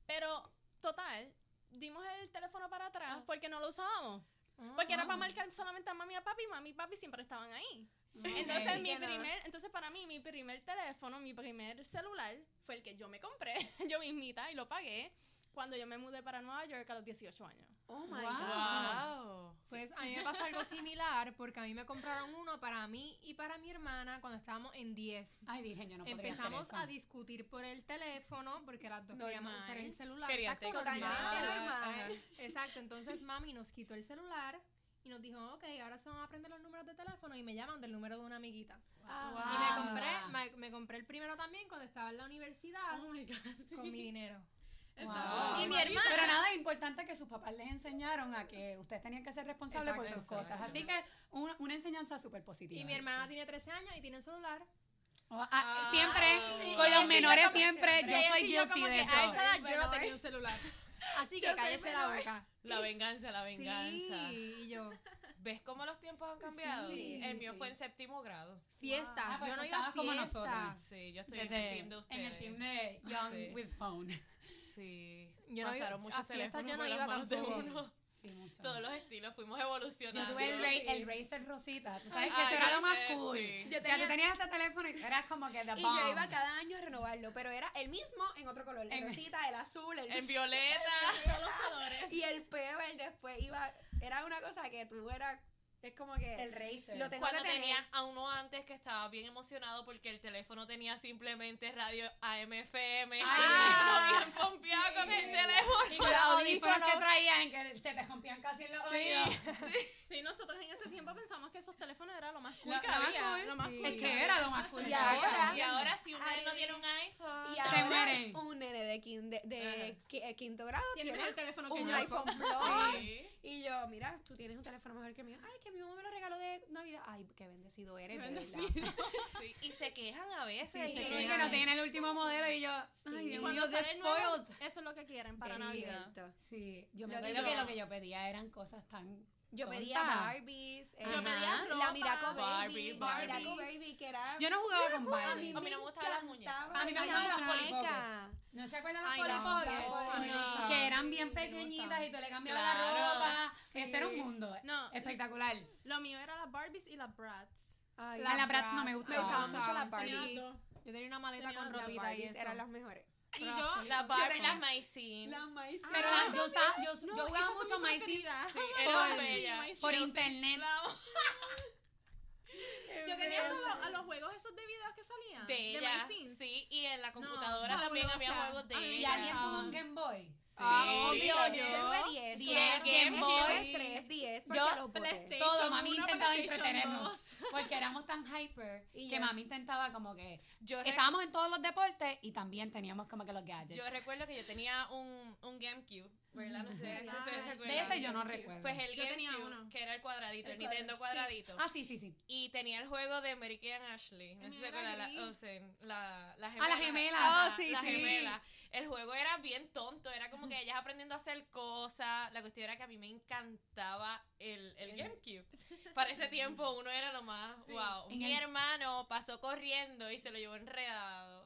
[SPEAKER 4] Pero, total, dimos el teléfono para atrás
[SPEAKER 2] Ah.
[SPEAKER 4] porque no lo usábamos. Porque era para marcar solamente a mami y a papi, y mami y papi siempre estaban ahí. Entonces,
[SPEAKER 3] Ok.
[SPEAKER 4] mi
[SPEAKER 3] Que no.
[SPEAKER 4] primer, entonces para mí, mi primer teléfono, mi primer celular fue el que yo me compré, yo mismita, y lo pagué cuando yo me mudé para Nueva York a los 18 años.
[SPEAKER 3] Oh
[SPEAKER 2] Wow.
[SPEAKER 3] my God.
[SPEAKER 2] Oh.
[SPEAKER 1] Wow.
[SPEAKER 5] Pues a mí me pasó algo similar porque a mí me compraron uno para mí y para mi hermana cuando estábamos en 10.
[SPEAKER 2] Ay, dije, yo Ah, no podría hacer
[SPEAKER 5] Empezamos
[SPEAKER 2] eso.
[SPEAKER 5] a discutir por el teléfono porque las dos queríamos
[SPEAKER 3] Normal.
[SPEAKER 5] usar el celular.
[SPEAKER 1] Querían
[SPEAKER 5] Exacto,
[SPEAKER 1] textear.
[SPEAKER 5] normal.
[SPEAKER 3] Totalmente normal.
[SPEAKER 5] Exacto, entonces mami nos quitó el celular y nos dijo, ok, ahora se van a aprender los números de teléfono y me llaman del número de una amiguita. Y
[SPEAKER 2] Ah.
[SPEAKER 5] me compré, me, me compré el primero también cuando estaba en la universidad
[SPEAKER 4] Oh my God, sí.
[SPEAKER 5] con mi dinero.
[SPEAKER 2] Wow.
[SPEAKER 5] Y mi
[SPEAKER 4] Igualito.
[SPEAKER 5] hermana-
[SPEAKER 2] Pero nada, es importante que sus papás les enseñaron a que ustedes tenían que ser responsables por sus
[SPEAKER 5] Exacto,
[SPEAKER 2] cosas.
[SPEAKER 5] exacto.
[SPEAKER 2] Así que una, una enseñanza súper positiva.
[SPEAKER 5] Y mi hermana tiene 13 años y tiene un celular.
[SPEAKER 2] O- ah,
[SPEAKER 4] Ah.
[SPEAKER 2] siempre,
[SPEAKER 4] Sí,
[SPEAKER 2] con
[SPEAKER 5] es que
[SPEAKER 2] los
[SPEAKER 5] yo
[SPEAKER 2] menores
[SPEAKER 5] como que
[SPEAKER 2] siempre, yo
[SPEAKER 5] es
[SPEAKER 2] soy
[SPEAKER 5] que yo
[SPEAKER 2] guilty
[SPEAKER 5] como
[SPEAKER 2] de
[SPEAKER 5] que A esa
[SPEAKER 2] eso.
[SPEAKER 5] edad yo
[SPEAKER 4] Bueno,
[SPEAKER 5] no tenía
[SPEAKER 4] eh.
[SPEAKER 5] un celular. Así
[SPEAKER 3] Yo
[SPEAKER 5] que
[SPEAKER 3] soy
[SPEAKER 5] cállese la
[SPEAKER 3] menor.
[SPEAKER 5] boca.
[SPEAKER 1] La venganza, la venganza.
[SPEAKER 5] Sí, y yo.
[SPEAKER 1] ¿Ves cómo los tiempos han cambiado?
[SPEAKER 2] sí,
[SPEAKER 1] el
[SPEAKER 2] sí,
[SPEAKER 1] mío
[SPEAKER 2] sí.
[SPEAKER 1] fue en séptimo grado.
[SPEAKER 5] Fiestas.
[SPEAKER 2] Ah, pues
[SPEAKER 5] yo
[SPEAKER 2] tú
[SPEAKER 5] no iba a
[SPEAKER 2] estabas como
[SPEAKER 5] fiestas.
[SPEAKER 2] nosotras.
[SPEAKER 1] Sí, yo estoy en
[SPEAKER 2] Desde-
[SPEAKER 1] el team de ustedes.
[SPEAKER 2] En el team de Young
[SPEAKER 1] Sí.
[SPEAKER 2] with Phone.
[SPEAKER 1] Sí.
[SPEAKER 5] Yo no
[SPEAKER 1] Pasaron
[SPEAKER 5] iba-
[SPEAKER 1] muchos
[SPEAKER 5] a fiestas
[SPEAKER 1] teléfonos
[SPEAKER 5] yo no
[SPEAKER 1] por las
[SPEAKER 5] iba
[SPEAKER 1] manos de
[SPEAKER 5] tampoco.
[SPEAKER 1] uno.
[SPEAKER 2] Sí, mucho.
[SPEAKER 1] Todos los estilos fuimos
[SPEAKER 2] Yo
[SPEAKER 1] evolucionando.
[SPEAKER 2] tuve el, Ra-
[SPEAKER 3] Sí.
[SPEAKER 2] el Razer Rosita. Tú sabes que
[SPEAKER 1] Ay,
[SPEAKER 2] eso era lo más
[SPEAKER 1] eh,
[SPEAKER 2] cool.
[SPEAKER 1] sí.
[SPEAKER 3] Yo
[SPEAKER 2] O sea, tú
[SPEAKER 3] tenía-
[SPEAKER 2] tenías ese teléfono y eras como que the
[SPEAKER 3] Y
[SPEAKER 2] bomb.
[SPEAKER 3] yo iba cada año a renovarlo, pero era el mismo en otro color, el
[SPEAKER 2] En-
[SPEAKER 3] rosita, el azul, el
[SPEAKER 1] En violeta. todos los colores.
[SPEAKER 3] y el peor después iba, era una cosa que tú eras, es como que
[SPEAKER 2] El Razer.
[SPEAKER 3] lo tengo
[SPEAKER 1] Cuando
[SPEAKER 3] que tener.
[SPEAKER 1] tenían a uno antes que estaba bien emocionado porque el teléfono tenía simplemente radio AMFM.
[SPEAKER 2] Ah,
[SPEAKER 1] bien pompeado Eh, con el teléfono.
[SPEAKER 2] Y con los audífonos que
[SPEAKER 5] audífonos.
[SPEAKER 2] traían, que se te rompían casi en los oídos.
[SPEAKER 4] Sí, nosotros en ese tiempo pensamos que esos teléfonos eran lo más cool
[SPEAKER 2] Lo-
[SPEAKER 4] que
[SPEAKER 2] lo más
[SPEAKER 4] había.
[SPEAKER 2] cool,
[SPEAKER 4] lo más
[SPEAKER 5] sí.
[SPEAKER 4] cool
[SPEAKER 2] Es que era lo más cool.
[SPEAKER 3] Y
[SPEAKER 2] de esa época,
[SPEAKER 3] ahora-
[SPEAKER 1] Y
[SPEAKER 2] ¿entiendes?
[SPEAKER 1] ahora si un nene no
[SPEAKER 3] Ay.
[SPEAKER 1] tiene un iPhone.
[SPEAKER 3] Y
[SPEAKER 2] Se
[SPEAKER 3] ahora
[SPEAKER 2] mueren.
[SPEAKER 3] un nene de, quin- de, de
[SPEAKER 1] Ajá.
[SPEAKER 3] qui- eh, quinto grado
[SPEAKER 4] Tienes
[SPEAKER 3] tiene
[SPEAKER 4] mejor teléfono que
[SPEAKER 3] un
[SPEAKER 4] yo.
[SPEAKER 3] iPhone Plus.
[SPEAKER 1] Sí.
[SPEAKER 3] Y yo, mira, tú tienes un teléfono mejor que mío. Ay, que mi mamá me lo regaló de Navidad. Ay, qué bendecido eres,
[SPEAKER 4] Qué
[SPEAKER 3] de verdad.
[SPEAKER 1] Sí, Y se quejan a veces.
[SPEAKER 5] Sí,
[SPEAKER 1] y
[SPEAKER 5] se
[SPEAKER 2] Sí,
[SPEAKER 1] uno
[SPEAKER 5] quejan.
[SPEAKER 2] que
[SPEAKER 1] dice,
[SPEAKER 2] no tienen el último modelo y yo, ay,
[SPEAKER 3] Sí.
[SPEAKER 2] Dios
[SPEAKER 4] Cuando
[SPEAKER 2] mío,
[SPEAKER 4] sale el nuevo,
[SPEAKER 2] despoiled.
[SPEAKER 4] eso es lo que quieren para
[SPEAKER 3] Es
[SPEAKER 4] Navidad.
[SPEAKER 3] cierto.
[SPEAKER 2] Sí, yo me
[SPEAKER 3] Lo
[SPEAKER 2] acuerdo que
[SPEAKER 1] digo.
[SPEAKER 2] lo que yo pedía eran cosas tan...
[SPEAKER 3] Yo
[SPEAKER 2] Tonta.
[SPEAKER 3] pedía Barbies. eh,
[SPEAKER 2] Yo pedía
[SPEAKER 1] ropa,
[SPEAKER 3] La Miraco
[SPEAKER 1] Barbie,
[SPEAKER 3] Baby. La Miraco
[SPEAKER 1] Barbies.
[SPEAKER 3] Baby, que era...
[SPEAKER 2] Yo no jugaba con
[SPEAKER 3] a mí
[SPEAKER 2] Barbie.
[SPEAKER 1] A mí no me gustaban las muñecas.
[SPEAKER 3] encantaba,
[SPEAKER 2] A mí me
[SPEAKER 3] era
[SPEAKER 2] gustaban las
[SPEAKER 3] muñeca.
[SPEAKER 2] Polly ¿No se acuerdan
[SPEAKER 5] Ay,
[SPEAKER 2] de los
[SPEAKER 5] no,
[SPEAKER 2] Polly
[SPEAKER 3] no,
[SPEAKER 2] Pockets?
[SPEAKER 4] no.
[SPEAKER 2] Que eran bien
[SPEAKER 4] Sí, me
[SPEAKER 2] pequeñitas
[SPEAKER 4] gustaban.
[SPEAKER 2] y tú le cambiabas la
[SPEAKER 1] Claro,
[SPEAKER 2] ropa.
[SPEAKER 3] sí.
[SPEAKER 2] Ese era un mundo
[SPEAKER 4] No,
[SPEAKER 2] espectacular.
[SPEAKER 4] lo mío era las Barbies y las Bratz.
[SPEAKER 3] Ay,
[SPEAKER 2] La-
[SPEAKER 3] las
[SPEAKER 2] la Bratz no me
[SPEAKER 5] Bratz,
[SPEAKER 3] Me gustaban
[SPEAKER 5] ah,
[SPEAKER 3] mucho las
[SPEAKER 5] sí.
[SPEAKER 3] Barbies.
[SPEAKER 5] Yo tenía una maleta
[SPEAKER 4] Tenía
[SPEAKER 5] con
[SPEAKER 4] una
[SPEAKER 5] ropita y
[SPEAKER 3] Barbies
[SPEAKER 5] eso.
[SPEAKER 3] eran las mejores.
[SPEAKER 1] Y
[SPEAKER 5] Pero-
[SPEAKER 1] yo, las Barbie, las Maicin.
[SPEAKER 3] Las maíz.
[SPEAKER 2] Pero
[SPEAKER 3] Ah,
[SPEAKER 2] la- yo, sa- yo, yo
[SPEAKER 4] No,
[SPEAKER 2] jugaba
[SPEAKER 4] esas son
[SPEAKER 2] mucho
[SPEAKER 4] mis
[SPEAKER 2] My
[SPEAKER 4] preferidas.
[SPEAKER 1] Sí, eran
[SPEAKER 2] Por-
[SPEAKER 1] bellas.
[SPEAKER 2] por
[SPEAKER 1] Chelsea.
[SPEAKER 2] internet.
[SPEAKER 1] La amo.
[SPEAKER 3] qué
[SPEAKER 4] Yo tenía
[SPEAKER 3] bello.
[SPEAKER 4] a los, a los juegos esos de videos que salían.
[SPEAKER 1] De ella.
[SPEAKER 4] Maisins.
[SPEAKER 1] Sí, y en la computadora también había
[SPEAKER 4] fabulosa.
[SPEAKER 1] juegos de
[SPEAKER 4] A mí me
[SPEAKER 2] Y
[SPEAKER 1] ella.
[SPEAKER 2] alguien tuvo un Game Boy.
[SPEAKER 5] Ah,
[SPEAKER 1] Sí.
[SPEAKER 5] obvio,
[SPEAKER 3] Yo
[SPEAKER 5] yo.
[SPEAKER 3] tuve 10.
[SPEAKER 2] Diez,
[SPEAKER 1] Game
[SPEAKER 5] Boy.
[SPEAKER 3] 3, 10.
[SPEAKER 2] Yo,
[SPEAKER 3] los boté.
[SPEAKER 4] PlayStation
[SPEAKER 2] Todo, mami
[SPEAKER 4] 1,
[SPEAKER 2] intentaba
[SPEAKER 4] PlayStation
[SPEAKER 2] entretenernos.
[SPEAKER 4] 2.
[SPEAKER 2] Porque éramos tan hyper
[SPEAKER 3] Y
[SPEAKER 2] que
[SPEAKER 3] yo-
[SPEAKER 2] mami intentaba como que...
[SPEAKER 1] Yo recuerdo-
[SPEAKER 2] Estábamos en todos los deportes y también teníamos como que los gadgets.
[SPEAKER 1] Yo recuerdo que yo tenía un, un GameCube, ¿verdad? No sé si
[SPEAKER 4] Ajá.
[SPEAKER 1] ustedes se
[SPEAKER 4] De
[SPEAKER 1] acuerdan.
[SPEAKER 2] de ese yo no
[SPEAKER 4] GameCube.
[SPEAKER 2] recuerdo.
[SPEAKER 1] Pues el
[SPEAKER 4] Yo tenía
[SPEAKER 1] GameCube,
[SPEAKER 4] uno.
[SPEAKER 1] que era el cuadradito, el,
[SPEAKER 3] El
[SPEAKER 1] Nintendo cuadradito.
[SPEAKER 2] ah, sí, sí, sí.
[SPEAKER 1] Y tenía el juego de Mary Kay and Ashley. No sé si se
[SPEAKER 4] Mira,
[SPEAKER 1] acuerdan, la,
[SPEAKER 4] Gris.
[SPEAKER 1] o sea, la, la
[SPEAKER 2] Ah,
[SPEAKER 1] gemela.
[SPEAKER 2] la gemela.
[SPEAKER 1] Ajá,
[SPEAKER 5] Ah, sí,
[SPEAKER 1] la
[SPEAKER 5] sí.
[SPEAKER 1] gemela. El juego era bien tonto, era como que ellas aprendiendo a hacer cosas. La cuestión era que a mí me encantaba el, el GameCube. Para ese tiempo uno era lo más,
[SPEAKER 4] Sí.
[SPEAKER 1] wow.
[SPEAKER 2] En
[SPEAKER 1] mi
[SPEAKER 2] el-
[SPEAKER 1] hermano pasó corriendo y se lo llevó enredado.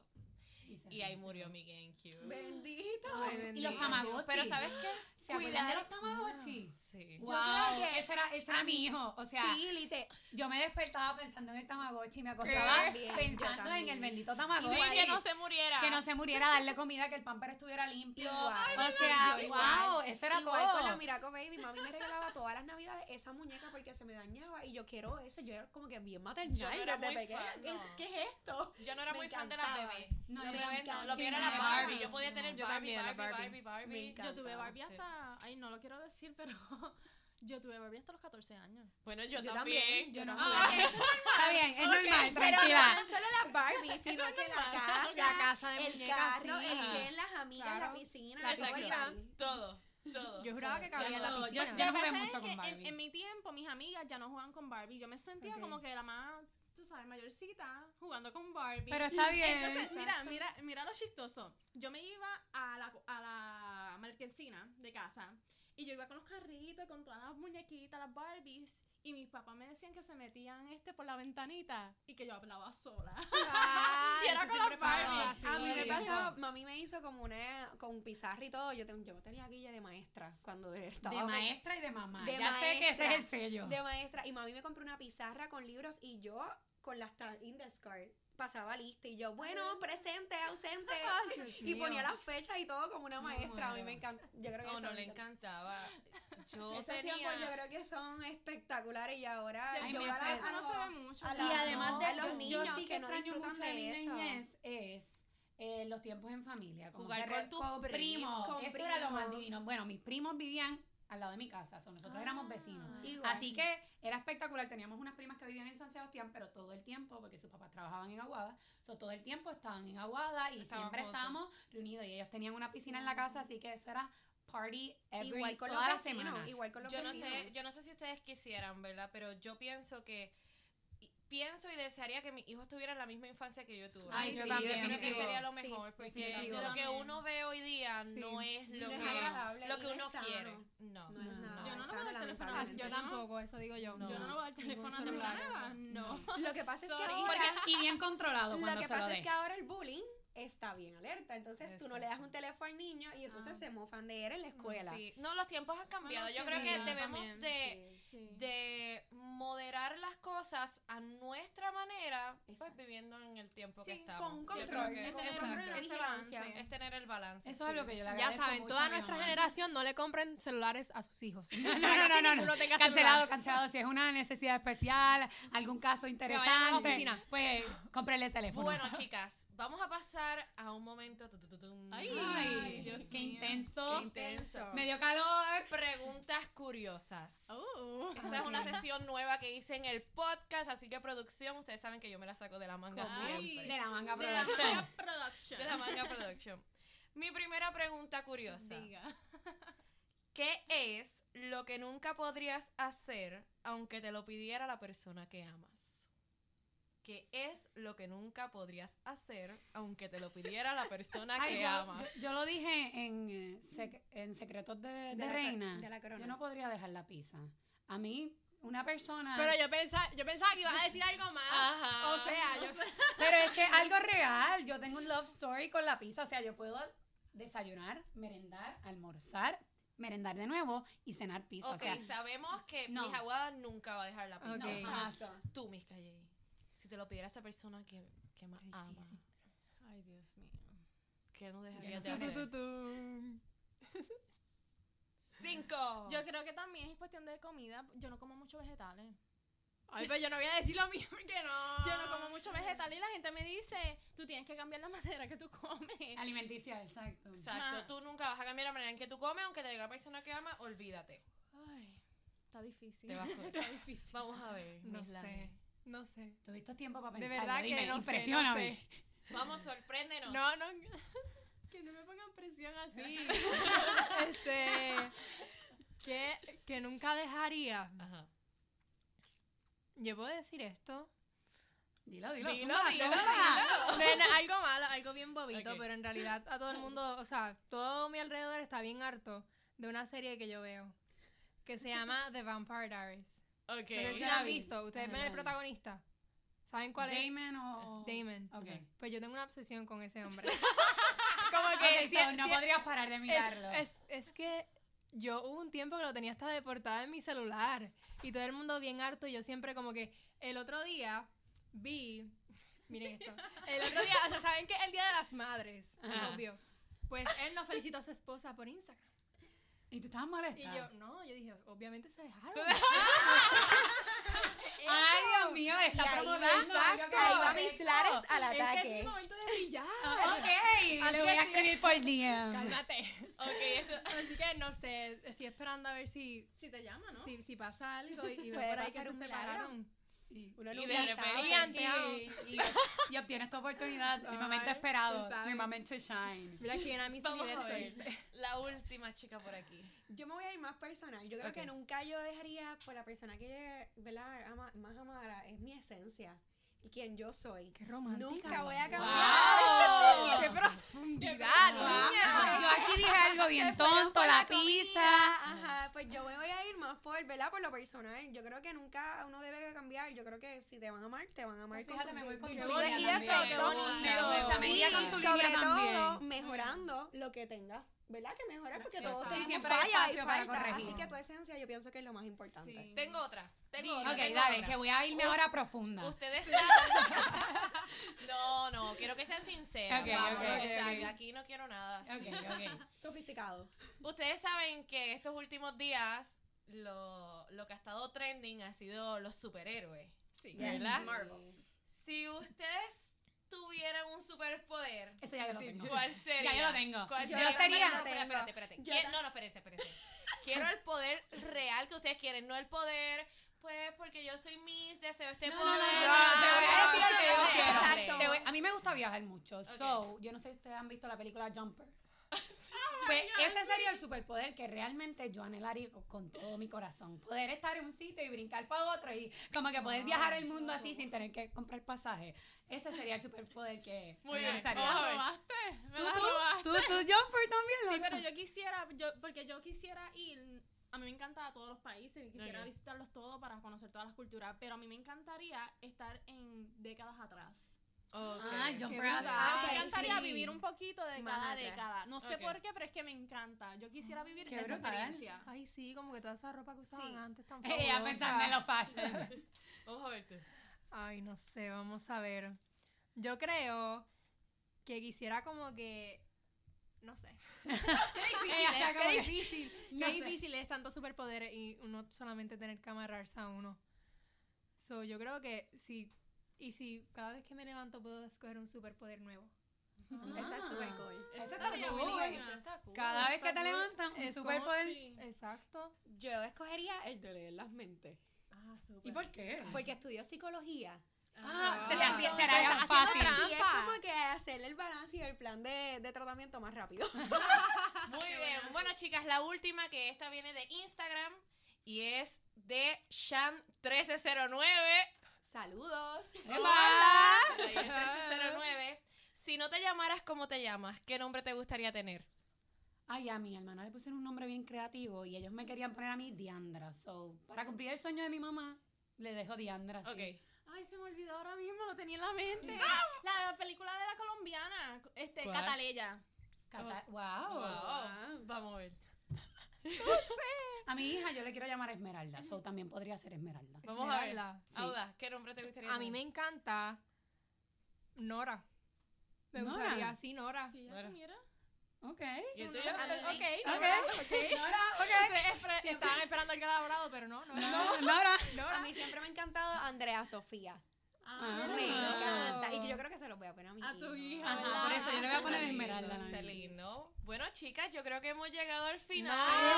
[SPEAKER 2] se-
[SPEAKER 1] Y ahí murió mi GameCube.
[SPEAKER 3] Bendito.
[SPEAKER 2] Y los tamagotchi.
[SPEAKER 1] Pero ¿sabes qué?
[SPEAKER 2] ¿Se acuerdan de los
[SPEAKER 3] Cuidado.
[SPEAKER 2] tamagotchi?
[SPEAKER 1] Sí.
[SPEAKER 2] Wow,
[SPEAKER 3] creo que-
[SPEAKER 2] ese era, ese era
[SPEAKER 3] a
[SPEAKER 2] mi
[SPEAKER 3] mí-
[SPEAKER 2] hijo. O sea,
[SPEAKER 3] sí, lite.
[SPEAKER 2] yo me despertaba pensando en el tamagotchi y me acostaba
[SPEAKER 3] Yo también, yo
[SPEAKER 2] pensando en
[SPEAKER 3] también.
[SPEAKER 2] el bendito
[SPEAKER 1] Sí,
[SPEAKER 2] tamagotchi.
[SPEAKER 1] que no se muriera.
[SPEAKER 2] que no se muriera, darle comida, que el pamper estuviera limpio.
[SPEAKER 3] Igual.
[SPEAKER 2] o sea,
[SPEAKER 3] Yo igual.
[SPEAKER 2] wow, eso era
[SPEAKER 3] Igual
[SPEAKER 2] todo.
[SPEAKER 3] con la Miraco Baby, mami me regalaba todas las navidades esa muñeca porque se me dañaba y yo quiero esa. Yo era como que bien maternal
[SPEAKER 1] Yo no era
[SPEAKER 3] desde
[SPEAKER 1] muy
[SPEAKER 3] pequeña.
[SPEAKER 1] fan,
[SPEAKER 3] ¿Qué,
[SPEAKER 1] no.
[SPEAKER 3] qué es esto?
[SPEAKER 1] Yo no era
[SPEAKER 3] Me
[SPEAKER 1] muy fan de las
[SPEAKER 3] encantaba.
[SPEAKER 1] bebés.
[SPEAKER 2] No,
[SPEAKER 1] Lo
[SPEAKER 2] yo
[SPEAKER 1] mío era- no,
[SPEAKER 3] me
[SPEAKER 1] lo
[SPEAKER 3] encanta.
[SPEAKER 1] mío era
[SPEAKER 2] Yo
[SPEAKER 1] la
[SPEAKER 2] también.
[SPEAKER 1] Barbie. Yo podía tener
[SPEAKER 4] Yo
[SPEAKER 1] Barbie,
[SPEAKER 4] también, la
[SPEAKER 1] Barbie, Barbie, Barbie,
[SPEAKER 4] Barbie.
[SPEAKER 3] Me
[SPEAKER 4] Yo tuve
[SPEAKER 3] encantaba,
[SPEAKER 4] Barbie
[SPEAKER 1] sí.
[SPEAKER 4] hasta. Ay, no lo quiero decir, pero. Yo tuve Barbie hasta los 14 años.
[SPEAKER 1] Bueno, yo,
[SPEAKER 3] Yo
[SPEAKER 1] también.
[SPEAKER 3] también,
[SPEAKER 1] Yo
[SPEAKER 3] yo
[SPEAKER 1] no
[SPEAKER 3] también.
[SPEAKER 1] jugué.
[SPEAKER 2] Está bien, es
[SPEAKER 4] Ok,
[SPEAKER 2] normal,
[SPEAKER 3] Pero no
[SPEAKER 2] Ah. tranquila.
[SPEAKER 3] tan solo las Barbies, sino que la casa,
[SPEAKER 5] La casa de
[SPEAKER 3] el
[SPEAKER 5] muñecas,
[SPEAKER 3] carro,
[SPEAKER 5] sí.
[SPEAKER 3] el que las amigas, la
[SPEAKER 5] Claro.
[SPEAKER 3] piscina,
[SPEAKER 5] La
[SPEAKER 3] todo el
[SPEAKER 5] piscina.
[SPEAKER 3] baile.
[SPEAKER 1] Todo, todo.
[SPEAKER 5] Yo juraba que
[SPEAKER 1] todo.
[SPEAKER 5] cabía en la
[SPEAKER 1] Todo.
[SPEAKER 2] Yo-
[SPEAKER 5] piscina.
[SPEAKER 4] Lo
[SPEAKER 2] yo-
[SPEAKER 4] que
[SPEAKER 2] no jugué
[SPEAKER 4] pasa
[SPEAKER 2] mucho
[SPEAKER 4] es
[SPEAKER 2] con
[SPEAKER 4] que en-
[SPEAKER 2] Barbies.
[SPEAKER 4] En, mi tiempo, mis amigas ya no jugaban con Barbie. Yo me sentía
[SPEAKER 5] Ok.
[SPEAKER 4] como que la más, tú sabes, mayorcita, jugando con Barbie.
[SPEAKER 2] Pero está bien.
[SPEAKER 4] Entonces, mira, mira, mira lo chistoso. Yo me iba a la, a la marquesina de casa y yo iba con los carritos, con todas las muñequitas, las Barbies. Y mis papás me decían que se metían este por la ventanita y que yo hablaba sola.
[SPEAKER 5] Ah,
[SPEAKER 4] Y era
[SPEAKER 5] eso
[SPEAKER 4] con las
[SPEAKER 5] siempre pasa,
[SPEAKER 4] Barbies.
[SPEAKER 5] sí.
[SPEAKER 3] A mí me
[SPEAKER 2] sí.
[SPEAKER 3] pasó, mami me hizo como una, con pizarra y todo, yo, ten- yo tenía guilla de maestra cuando estaba
[SPEAKER 2] De
[SPEAKER 3] pequeña.
[SPEAKER 2] maestra y de mamá.
[SPEAKER 3] De
[SPEAKER 2] ya sé que ese es el
[SPEAKER 3] maestra.
[SPEAKER 2] sello.
[SPEAKER 3] de maestra y mami me compró una pizarra con libros y yo con las tar- index card pasaba lista y yo bueno presente ausente
[SPEAKER 5] Ay, Dios
[SPEAKER 3] y
[SPEAKER 5] mío.
[SPEAKER 3] ponía las fechas y todo como una
[SPEAKER 2] Me
[SPEAKER 3] maestra a mí
[SPEAKER 2] muero.
[SPEAKER 3] me encanta yo creo que
[SPEAKER 1] Oh, No, no
[SPEAKER 3] son-
[SPEAKER 1] le encantaba. Yo
[SPEAKER 3] esos tiempos yo
[SPEAKER 1] tenía.
[SPEAKER 3] creo que son espectaculares y ahora
[SPEAKER 2] Ay,
[SPEAKER 3] yo
[SPEAKER 2] me
[SPEAKER 3] veo a
[SPEAKER 2] sé.
[SPEAKER 3] las-
[SPEAKER 4] Eso Ah, no se ve mucho.
[SPEAKER 3] a la-
[SPEAKER 2] Y
[SPEAKER 3] Claro,
[SPEAKER 2] además de
[SPEAKER 3] a los
[SPEAKER 2] yo,
[SPEAKER 3] niños
[SPEAKER 2] sí que,
[SPEAKER 3] que no
[SPEAKER 2] extraño
[SPEAKER 3] disfrutan
[SPEAKER 2] mucho de mi
[SPEAKER 3] de eso.
[SPEAKER 2] niñez es eh, los tiempos en familia. Como
[SPEAKER 1] Jugar
[SPEAKER 2] se
[SPEAKER 1] con
[SPEAKER 2] re-
[SPEAKER 1] tus
[SPEAKER 2] con
[SPEAKER 1] primos.
[SPEAKER 3] Con
[SPEAKER 2] Eso era lo más
[SPEAKER 3] primos.
[SPEAKER 2] divino. Bueno, mis primos vivían al lado de mi casa, so, nosotros éramos vecinos.
[SPEAKER 3] Igual.
[SPEAKER 2] Así que era espectacular. Teníamos unas primas que vivían en San Sebastián, pero todo el tiempo, porque sus papás trabajaban en Aguada, so, todo el tiempo estaban en Aguada y
[SPEAKER 1] Estaban
[SPEAKER 2] siempre
[SPEAKER 1] juntos.
[SPEAKER 2] estábamos reunidos. Y ellos tenían una piscina en la casa, así que eso era party every
[SPEAKER 3] igual con los
[SPEAKER 2] toda la
[SPEAKER 3] vecinos
[SPEAKER 2] semana.
[SPEAKER 3] igual con los
[SPEAKER 1] Yo no
[SPEAKER 3] vecinos
[SPEAKER 1] sé, yo no sé si ustedes quisieran, ¿verdad? Pero yo pienso que y- pienso y desearía que mis hijos tuvieran la misma infancia que yo tuve.
[SPEAKER 2] Ay,
[SPEAKER 5] yo
[SPEAKER 1] sí,
[SPEAKER 5] también,
[SPEAKER 1] creo que
[SPEAKER 5] definitivo.
[SPEAKER 1] sería lo
[SPEAKER 3] Sí,
[SPEAKER 1] mejor, porque
[SPEAKER 5] definitivo.
[SPEAKER 1] lo que
[SPEAKER 5] También.
[SPEAKER 1] uno ve hoy día
[SPEAKER 5] Sí.
[SPEAKER 1] no es lo
[SPEAKER 3] No es
[SPEAKER 1] que,
[SPEAKER 3] agradable.
[SPEAKER 1] lo
[SPEAKER 3] y
[SPEAKER 1] que
[SPEAKER 3] no es
[SPEAKER 1] uno
[SPEAKER 3] sano.
[SPEAKER 1] quiere.
[SPEAKER 3] No es nada.
[SPEAKER 4] Yo no le
[SPEAKER 3] sano,
[SPEAKER 4] voy al teléfono a
[SPEAKER 5] Ah,
[SPEAKER 3] lamentablemente.
[SPEAKER 5] yo tampoco, eso digo yo.
[SPEAKER 1] No.
[SPEAKER 4] Yo no le voy a dar teléfono a
[SPEAKER 5] Ningún
[SPEAKER 4] Andrea
[SPEAKER 5] celular.
[SPEAKER 4] Nava, No.
[SPEAKER 3] Lo que pasa es que
[SPEAKER 4] Sorry.
[SPEAKER 3] ahora,
[SPEAKER 2] Y bien controlado
[SPEAKER 3] lo
[SPEAKER 2] cuando
[SPEAKER 3] que
[SPEAKER 2] se lo
[SPEAKER 3] pasa
[SPEAKER 2] dé.
[SPEAKER 3] es que ahora el bullying está bien alerta. Entonces tú no le das un teléfono al niño y entonces
[SPEAKER 2] Ah.
[SPEAKER 3] se mofan de él en la escuela.
[SPEAKER 1] Sí. No, los tiempos han cambiado.
[SPEAKER 4] Bueno,
[SPEAKER 1] yo
[SPEAKER 4] sí,
[SPEAKER 1] creo que
[SPEAKER 4] sí,
[SPEAKER 1] debemos
[SPEAKER 4] también.
[SPEAKER 1] de
[SPEAKER 4] Sí.
[SPEAKER 1] de moderar las cosas a nuestra manera, pues
[SPEAKER 3] Exacto.
[SPEAKER 1] viviendo en el tiempo que
[SPEAKER 4] Sí,
[SPEAKER 1] estamos.
[SPEAKER 3] con un
[SPEAKER 1] Sí, yo
[SPEAKER 3] control,
[SPEAKER 1] creo que
[SPEAKER 4] con un
[SPEAKER 1] es-
[SPEAKER 4] control y
[SPEAKER 1] es-
[SPEAKER 4] una
[SPEAKER 1] es
[SPEAKER 3] vigilancia.
[SPEAKER 1] balance, Es tener el balance.
[SPEAKER 2] Eso es algo que yo le
[SPEAKER 5] Ya
[SPEAKER 2] agradezco
[SPEAKER 5] saben,
[SPEAKER 2] mucho
[SPEAKER 5] toda
[SPEAKER 2] a mi
[SPEAKER 5] nuestra
[SPEAKER 2] mamá.
[SPEAKER 5] generación no le compren celulares a sus hijos.
[SPEAKER 2] No, no, no, no, no.
[SPEAKER 5] Uno tenga
[SPEAKER 2] Cancelado,
[SPEAKER 5] celular.
[SPEAKER 2] cancelado. Si es una necesidad especial, algún caso
[SPEAKER 5] vayan a la
[SPEAKER 2] interesante,
[SPEAKER 5] oficina.
[SPEAKER 2] pues cómprele el teléfono.
[SPEAKER 1] Bueno, chicas, vamos a pasar a un momento. tu, tu, tu, tum.
[SPEAKER 4] Ay,
[SPEAKER 2] Ay,
[SPEAKER 4] Dios
[SPEAKER 2] qué
[SPEAKER 4] mío.
[SPEAKER 2] intenso.
[SPEAKER 1] Qué intenso.
[SPEAKER 2] Me dio calor.
[SPEAKER 1] Preguntas curiosas.
[SPEAKER 4] Oh.
[SPEAKER 1] Esa es una sesión nueva que hice en el podcast, así que producción, ustedes saben que yo me la saco de la manga
[SPEAKER 4] Como
[SPEAKER 1] siempre.
[SPEAKER 2] De la manga
[SPEAKER 4] De la
[SPEAKER 2] production.
[SPEAKER 4] Manga Production.
[SPEAKER 1] De la manga production. Mi primera pregunta curiosa.
[SPEAKER 4] Diga.
[SPEAKER 1] ¿Qué es lo que nunca podrías hacer aunque te lo pidiera la persona que amas? ¿Qué es lo que nunca podrías hacer aunque te lo pidiera la persona
[SPEAKER 2] Ay,
[SPEAKER 1] que
[SPEAKER 2] yo,
[SPEAKER 1] amas?
[SPEAKER 2] yo- yo lo dije en, eh, sec- en Secretos de, de
[SPEAKER 3] la cor-
[SPEAKER 2] Reina.
[SPEAKER 3] de la corona.
[SPEAKER 2] Yo no podría dejar la pizza. A mí, una persona.
[SPEAKER 5] Pero yo pensaba, yo pensaba que ibas a decir algo más.
[SPEAKER 2] Ah.
[SPEAKER 1] Ajá.
[SPEAKER 5] O sea, yo
[SPEAKER 2] Pero es que algo real. Yo tengo un love story con la pizza. O sea, yo puedo desayunar, merendar, almorzar, merendar de nuevo y cenar pizza.
[SPEAKER 1] ok,
[SPEAKER 2] o sea,
[SPEAKER 1] sabemos que
[SPEAKER 2] no.
[SPEAKER 1] mis aguadas nunca va a dejar la pizza.
[SPEAKER 5] Ok.
[SPEAKER 2] no, jamás.
[SPEAKER 1] Tú, mis Calle, si te lo pidiera esa persona que, que más
[SPEAKER 5] Qué
[SPEAKER 1] ama,
[SPEAKER 5] difícil.
[SPEAKER 4] Ay, Dios mío.
[SPEAKER 1] ¿qué no
[SPEAKER 2] no
[SPEAKER 1] dejarías de
[SPEAKER 2] sé.
[SPEAKER 5] Tu, tu,
[SPEAKER 1] hacer?
[SPEAKER 5] tu.
[SPEAKER 1] ¡Cinco!
[SPEAKER 4] Yo creo que también es cuestión de comida. Yo no como mucho vegetales.
[SPEAKER 5] Ay, pero yo no voy a decir lo mismo porque no.
[SPEAKER 4] Yo no como mucho vegetales y la gente me dice, tú tienes que cambiar la manera que tú comes.
[SPEAKER 2] Alimenticia, exacto.
[SPEAKER 1] Exacto,
[SPEAKER 4] Ma.
[SPEAKER 1] tú nunca vas a cambiar la manera en que tú comes, aunque te diga la persona que ama, olvídate.
[SPEAKER 4] Ay, está difícil.
[SPEAKER 1] Te vas con-
[SPEAKER 4] está difícil.
[SPEAKER 1] Vamos a ver,
[SPEAKER 5] No
[SPEAKER 1] mis
[SPEAKER 5] sé.
[SPEAKER 1] Lani.
[SPEAKER 5] No sé.
[SPEAKER 2] Tuviste tiempo para
[SPEAKER 5] De
[SPEAKER 2] pensar.
[SPEAKER 5] verdad
[SPEAKER 2] dime,
[SPEAKER 5] que no
[SPEAKER 2] impresióname.
[SPEAKER 5] sé.
[SPEAKER 1] Vamos, sorpréndenos.
[SPEAKER 5] No, sé. no, no. Que no me pongan presión así. este. Que, que nunca dejaría.
[SPEAKER 1] Ajá.
[SPEAKER 5] Yo puedo decir esto.
[SPEAKER 2] Dilo, dilo.
[SPEAKER 1] Dilo,
[SPEAKER 2] zumba,
[SPEAKER 1] dilo,
[SPEAKER 2] zumba.
[SPEAKER 5] No, no, algo malo, algo bien bobito,
[SPEAKER 1] Ok.
[SPEAKER 5] pero en realidad a todo el mundo, o sea, todo mi alrededor está bien harto de una serie que yo veo que se llama The Vampire Diaries.
[SPEAKER 1] Ok.
[SPEAKER 5] No sé si
[SPEAKER 2] Ya
[SPEAKER 5] la han
[SPEAKER 2] vi.
[SPEAKER 5] visto. Ustedes
[SPEAKER 2] Ya
[SPEAKER 5] ven
[SPEAKER 2] la
[SPEAKER 5] el
[SPEAKER 2] vi.
[SPEAKER 5] protagonista. ¿Saben cuál
[SPEAKER 2] Damon o.
[SPEAKER 5] es? Damon.
[SPEAKER 2] Ok.
[SPEAKER 5] Pues yo tengo una obsesión con ese hombre. Como que
[SPEAKER 2] Ok,
[SPEAKER 5] si-
[SPEAKER 2] so no
[SPEAKER 5] si-
[SPEAKER 2] podrías parar de mirarlo.
[SPEAKER 5] es, es, es que yo hubo un tiempo que lo tenía hasta deportada en mi celular y todo el mundo bien harto y yo siempre como que el otro día vi, miren esto, el otro día, o sea, saben que el Día de las Madres,
[SPEAKER 2] Ajá.
[SPEAKER 5] obvio, pues él no felicitó a su esposa por Instagram.
[SPEAKER 2] y tú estabas molesta.
[SPEAKER 5] Y yo, no, yo dije, obviamente se dejaron. Este
[SPEAKER 1] Se
[SPEAKER 2] Ay, Dios mío, está
[SPEAKER 3] Y ahí
[SPEAKER 2] promoviendo.
[SPEAKER 3] va,
[SPEAKER 2] algo que
[SPEAKER 3] ahí va
[SPEAKER 2] no
[SPEAKER 3] mis lares al
[SPEAKER 5] Es que es
[SPEAKER 3] ataque.
[SPEAKER 5] mi momento de brillar.
[SPEAKER 2] Ah, Ok,
[SPEAKER 5] Así
[SPEAKER 2] le voy a
[SPEAKER 5] que-
[SPEAKER 2] escribir por DM.
[SPEAKER 5] Cálmate.
[SPEAKER 1] Ok, eso.
[SPEAKER 5] Así que no sé, estoy esperando a ver si,
[SPEAKER 4] Si te llama, Ah, ¿no?
[SPEAKER 5] si, si pasa algo y, y veo
[SPEAKER 3] Puede
[SPEAKER 5] por ahí que
[SPEAKER 3] pasar
[SPEAKER 5] se
[SPEAKER 3] un milagro.
[SPEAKER 5] separaron.
[SPEAKER 2] Y,
[SPEAKER 3] Uno
[SPEAKER 1] Y
[SPEAKER 3] nunca
[SPEAKER 1] de
[SPEAKER 3] sabe.
[SPEAKER 1] repente-
[SPEAKER 2] y, y, y obtienes tu oportunidad, mi
[SPEAKER 5] Ay,
[SPEAKER 2] momento
[SPEAKER 5] tú
[SPEAKER 2] esperado,
[SPEAKER 5] sabes.
[SPEAKER 2] mi momento shine.
[SPEAKER 5] Mira que viene a mi
[SPEAKER 1] Vamos a
[SPEAKER 5] universo.
[SPEAKER 1] ver. La última chica por aquí.
[SPEAKER 3] Yo me voy a ir más personal. Yo creo
[SPEAKER 1] Ok.
[SPEAKER 3] que nunca yo dejaría, pues la persona que ¿verdad? Ama- más amara es mi esencia y quien yo soy.
[SPEAKER 5] Qué romántica.
[SPEAKER 3] Nunca voy a cambiar.
[SPEAKER 1] ¡Wow!
[SPEAKER 5] ¡Qué profundidad,
[SPEAKER 2] Ah,
[SPEAKER 5] niña!
[SPEAKER 2] Yo aquí dije algo
[SPEAKER 3] Se
[SPEAKER 2] bien
[SPEAKER 3] fueron
[SPEAKER 2] tonto,
[SPEAKER 3] por
[SPEAKER 2] la
[SPEAKER 3] comida,
[SPEAKER 2] pizza.
[SPEAKER 3] Ajá, pues yo me voy a ir más por, ¿verdad? Por lo personal. Yo creo que nunca uno debe cambiar. Yo creo que si te van a amar, te van a amar
[SPEAKER 2] Pues Fíjate, me voy con tu
[SPEAKER 3] virtudes
[SPEAKER 2] línea
[SPEAKER 3] y
[SPEAKER 2] también.
[SPEAKER 3] defectos.
[SPEAKER 5] Qué bonito.
[SPEAKER 3] pero
[SPEAKER 5] Me gusta, me
[SPEAKER 3] y
[SPEAKER 5] iría con tu
[SPEAKER 2] línea
[SPEAKER 3] sobre todo,
[SPEAKER 2] también.
[SPEAKER 3] mejorando lo que tengas. ¿Verdad? Que mejorar porque todos
[SPEAKER 2] Sí,
[SPEAKER 3] tenemos
[SPEAKER 2] siempre hay
[SPEAKER 3] fallas y
[SPEAKER 2] espacio para
[SPEAKER 3] faltas.
[SPEAKER 2] corregir.
[SPEAKER 3] Así que tu esencia yo pienso que es lo más importante.
[SPEAKER 4] Sí.
[SPEAKER 1] Tengo otra. Tengo
[SPEAKER 4] Dime.
[SPEAKER 1] otra.
[SPEAKER 2] Ok,
[SPEAKER 1] tengo
[SPEAKER 2] dale,
[SPEAKER 1] otra.
[SPEAKER 2] que voy a irme
[SPEAKER 1] U-
[SPEAKER 2] ahora a profunda.
[SPEAKER 1] Ustedes saben- No, no, quiero que sean sinceros.
[SPEAKER 2] Ok,
[SPEAKER 1] Vamos,
[SPEAKER 2] ok,
[SPEAKER 1] o sea,
[SPEAKER 5] ok.
[SPEAKER 1] de aquí no quiero nada.
[SPEAKER 2] Ok,
[SPEAKER 1] sí.
[SPEAKER 2] ok.
[SPEAKER 3] Sofisticado.
[SPEAKER 1] Ustedes saben que estos últimos días lo, lo que ha estado trending ha sido los superhéroes.
[SPEAKER 4] Sí.
[SPEAKER 1] ¿Verdad?
[SPEAKER 3] Marvel.
[SPEAKER 1] Si ustedes tuvieran un superpoder,
[SPEAKER 2] Eso ya yo lo tengo.
[SPEAKER 1] ¿Cuál sería?
[SPEAKER 2] Ya yo lo tengo.
[SPEAKER 1] ¿Cuál
[SPEAKER 3] Yo
[SPEAKER 1] sería?
[SPEAKER 3] lo sería.
[SPEAKER 1] No, no, espérate, espérate, espérate.
[SPEAKER 3] Yo
[SPEAKER 1] Quiero-
[SPEAKER 3] ta-
[SPEAKER 1] No, no, espérense, espérense. Quiero el poder real que ustedes quieren, no el poder, pues, porque yo soy Miss, deseo este
[SPEAKER 2] No, no, no,
[SPEAKER 1] poder.
[SPEAKER 2] no, no, te voy a
[SPEAKER 1] pero
[SPEAKER 2] decir lo que yo
[SPEAKER 1] quiero
[SPEAKER 2] quiero.
[SPEAKER 1] real.
[SPEAKER 3] Exacto.
[SPEAKER 2] Te voy- a mí me gusta viajar mucho.
[SPEAKER 1] Ok.
[SPEAKER 5] Ah,
[SPEAKER 2] So, yo no sé si ustedes han visto la película Jumper. Pues ese sería el superpoder que realmente yo anhelaría con, con todo mi corazón. Poder estar en un sitio y brincar para otro y como que
[SPEAKER 5] Ah,
[SPEAKER 2] poder viajar al mundo así sin tener que comprar pasaje. Ese sería el superpoder que
[SPEAKER 4] Muy
[SPEAKER 2] me
[SPEAKER 4] bien, me
[SPEAKER 2] gustaría.
[SPEAKER 4] la robaste, me la robaste.
[SPEAKER 2] Tú, tú, Jumper, también
[SPEAKER 4] Sí,
[SPEAKER 2] loco.
[SPEAKER 4] pero yo quisiera, yo, porque yo quisiera ir, a mí me encanta a todos los países, y quisiera
[SPEAKER 1] Ok.
[SPEAKER 4] visitarlos todos para conocer todas las culturas, pero a mí me encantaría estar en décadas atrás.
[SPEAKER 2] Ah,
[SPEAKER 1] Ok.
[SPEAKER 2] Jumper.
[SPEAKER 5] brutal.
[SPEAKER 2] ah,
[SPEAKER 4] me
[SPEAKER 3] ok,
[SPEAKER 4] encantaría
[SPEAKER 5] sí.
[SPEAKER 4] vivir un poquito de cada
[SPEAKER 3] Más atrás.
[SPEAKER 4] década. No sé
[SPEAKER 1] Ok.
[SPEAKER 4] por qué, pero es que me encanta. Yo quisiera vivir
[SPEAKER 2] qué
[SPEAKER 4] esa
[SPEAKER 2] brutal.
[SPEAKER 4] experiencia.
[SPEAKER 1] Ah,
[SPEAKER 5] Ay, sí, como que toda esa ropa que usaban
[SPEAKER 1] Sí.
[SPEAKER 5] antes tan
[SPEAKER 2] Ella
[SPEAKER 5] fabulosa.
[SPEAKER 2] pensando en los fashion.
[SPEAKER 1] Vamos a verte.
[SPEAKER 5] Ay, no sé, vamos a ver. Yo creo que quisiera como que... No sé. qué difícil
[SPEAKER 2] Ella está
[SPEAKER 5] es,
[SPEAKER 2] Eh, como que-
[SPEAKER 5] qué difícil.
[SPEAKER 2] No
[SPEAKER 5] qué
[SPEAKER 2] sé.
[SPEAKER 5] difícil es tanto superpoder y uno solamente tener que amarrarse a uno. So, yo creo que si... Y si cada vez que me levanto puedo escoger un superpoder nuevo.
[SPEAKER 3] Ah.
[SPEAKER 5] Esa es super cool.
[SPEAKER 2] Eso
[SPEAKER 4] Eso
[SPEAKER 2] estaría
[SPEAKER 4] estaría
[SPEAKER 2] cool.
[SPEAKER 4] buenísimo. Eso está cool.
[SPEAKER 2] Cada vez
[SPEAKER 4] está
[SPEAKER 2] que te
[SPEAKER 4] cool.
[SPEAKER 2] levantan, un
[SPEAKER 5] Es como
[SPEAKER 2] superpoder.
[SPEAKER 4] Sí.
[SPEAKER 5] Exacto.
[SPEAKER 3] Yo escogería el de leer las mentes.
[SPEAKER 4] Ah, súper.
[SPEAKER 2] ¿Y por qué?
[SPEAKER 5] Pues
[SPEAKER 3] Porque estudió psicología.
[SPEAKER 2] Ah,
[SPEAKER 4] Ah,
[SPEAKER 2] se te hacía, te
[SPEAKER 5] Te
[SPEAKER 2] era
[SPEAKER 5] está
[SPEAKER 2] tan
[SPEAKER 5] haciendo
[SPEAKER 2] fácil.
[SPEAKER 5] trampa.
[SPEAKER 3] Y es como que hacer el balance y el plan de, de tratamiento más rápido.
[SPEAKER 1] Muy
[SPEAKER 4] Qué
[SPEAKER 1] bien.
[SPEAKER 4] buena.
[SPEAKER 1] Bueno, chicas, la última que esta viene de Instagram y es de Shan1309.
[SPEAKER 3] Saludos.
[SPEAKER 2] Hola.
[SPEAKER 1] Ahí el 1309. Si no te llamaras, ¿cómo te llamas? ¿Qué nombre te gustaría tener?
[SPEAKER 2] Ay, a mi hermana le pusieron un nombre bien creativo y ellos me querían poner a mí Diandra. So, para cumplir el sueño de mi mamá, le dejo Diandra. sí.
[SPEAKER 1] Ok.
[SPEAKER 4] Ay, se me olvidó ahora mismo, lo tenía en la mente. la, película de la colombiana, este,
[SPEAKER 1] Ah. ¿Cuál? Ah,
[SPEAKER 4] Cataleya.
[SPEAKER 2] Cata- wow.
[SPEAKER 1] Wow. Vamos a ver.
[SPEAKER 2] A mi hija yo le quiero llamar Esmeralda. So, también podría ser Esmeralda.
[SPEAKER 1] Vamos a ver.
[SPEAKER 5] Esmeralda.
[SPEAKER 1] Auda, ¿qué nombre te gustaría
[SPEAKER 5] A mí me encanta Nora. Me
[SPEAKER 2] Nora.
[SPEAKER 5] gustaría así Nora.
[SPEAKER 4] Fíjate,
[SPEAKER 1] Bueno.
[SPEAKER 4] Ah, mira.
[SPEAKER 2] Ok.
[SPEAKER 1] ¿Y el
[SPEAKER 4] Son
[SPEAKER 1] tuyo?
[SPEAKER 4] nombres-
[SPEAKER 5] Ok,
[SPEAKER 2] Nora,
[SPEAKER 5] Nora, ok.
[SPEAKER 2] Nora, ok.
[SPEAKER 5] Ustedes espera- Estaban esperando el colaborado, pero no, Nora.
[SPEAKER 2] No, Nora.
[SPEAKER 5] Nora.
[SPEAKER 3] A mí siempre me ha encantado Andrea Sofía.
[SPEAKER 2] Ah.
[SPEAKER 3] Me
[SPEAKER 2] Ah.
[SPEAKER 3] encanta. Y yo creo que se los voy a poner a mi
[SPEAKER 4] A tu hija.
[SPEAKER 2] Ajá,
[SPEAKER 4] Hola.
[SPEAKER 2] por eso yo le voy a poner
[SPEAKER 1] Está lindo,
[SPEAKER 2] Esmeralda. a la
[SPEAKER 1] Está
[SPEAKER 2] mía.
[SPEAKER 1] lindo. Bueno, chicas, yo creo que hemos llegado al final.
[SPEAKER 2] Ay,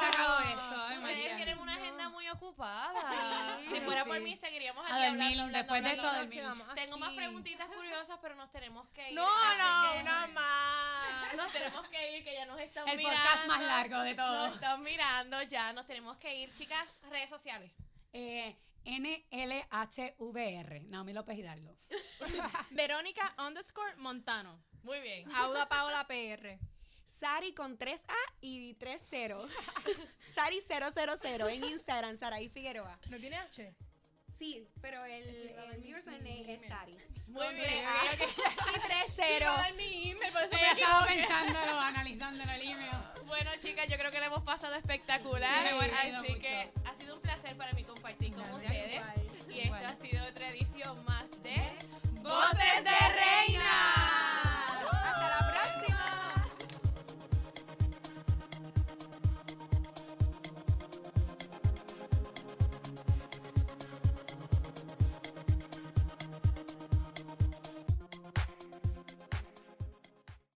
[SPEAKER 2] Se acabó esto. Ay,
[SPEAKER 1] Ustedes
[SPEAKER 2] María.
[SPEAKER 1] tienen una agenda muy ocupada.
[SPEAKER 3] Sí.
[SPEAKER 1] Si fuera por
[SPEAKER 2] Sí.
[SPEAKER 1] mí, seguiríamos aquí
[SPEAKER 2] A dormir,
[SPEAKER 1] hablando, hablando,
[SPEAKER 2] después de
[SPEAKER 1] hablando.
[SPEAKER 2] todo,
[SPEAKER 5] Nos
[SPEAKER 2] dormir.
[SPEAKER 5] quedamos
[SPEAKER 1] Tengo más
[SPEAKER 5] aquí.
[SPEAKER 1] preguntitas curiosas, pero nos tenemos que ir.
[SPEAKER 5] No,
[SPEAKER 1] así
[SPEAKER 5] no,
[SPEAKER 1] que
[SPEAKER 5] una más.
[SPEAKER 1] Nos tenemos que ir, que ya nos están
[SPEAKER 2] El
[SPEAKER 1] mirando.
[SPEAKER 2] podcast más largo de
[SPEAKER 1] Nos
[SPEAKER 2] todos.
[SPEAKER 1] están mirando, ya nos tenemos que ir. Chicas, redes sociales.
[SPEAKER 2] Eh, NLHVR. Naomi López Hidalgo.
[SPEAKER 4] Verónica underscore Montano.
[SPEAKER 1] Muy bien.
[SPEAKER 5] Auda Paola PR.
[SPEAKER 3] Sari con 3A y 3-0. Sari 000 en Instagram, Saraí Figueroa.
[SPEAKER 5] ¿No tiene H?
[SPEAKER 3] Sí, pero el, el mi username es Sari.
[SPEAKER 1] Muy
[SPEAKER 3] Con
[SPEAKER 1] bien.
[SPEAKER 3] tres A y 3-0.
[SPEAKER 1] mi email, por eso me
[SPEAKER 2] Ella estaba
[SPEAKER 1] equivoqué.
[SPEAKER 2] pensándolo, analizándolo el email.
[SPEAKER 1] Bueno, chicas, yo creo que la hemos pasado espectacular.
[SPEAKER 2] Sí, me he reído
[SPEAKER 1] así
[SPEAKER 2] mucho.
[SPEAKER 1] que ha sido un placer para mí compartir con
[SPEAKER 2] Gracias,
[SPEAKER 1] ustedes.
[SPEAKER 3] igual. Ah.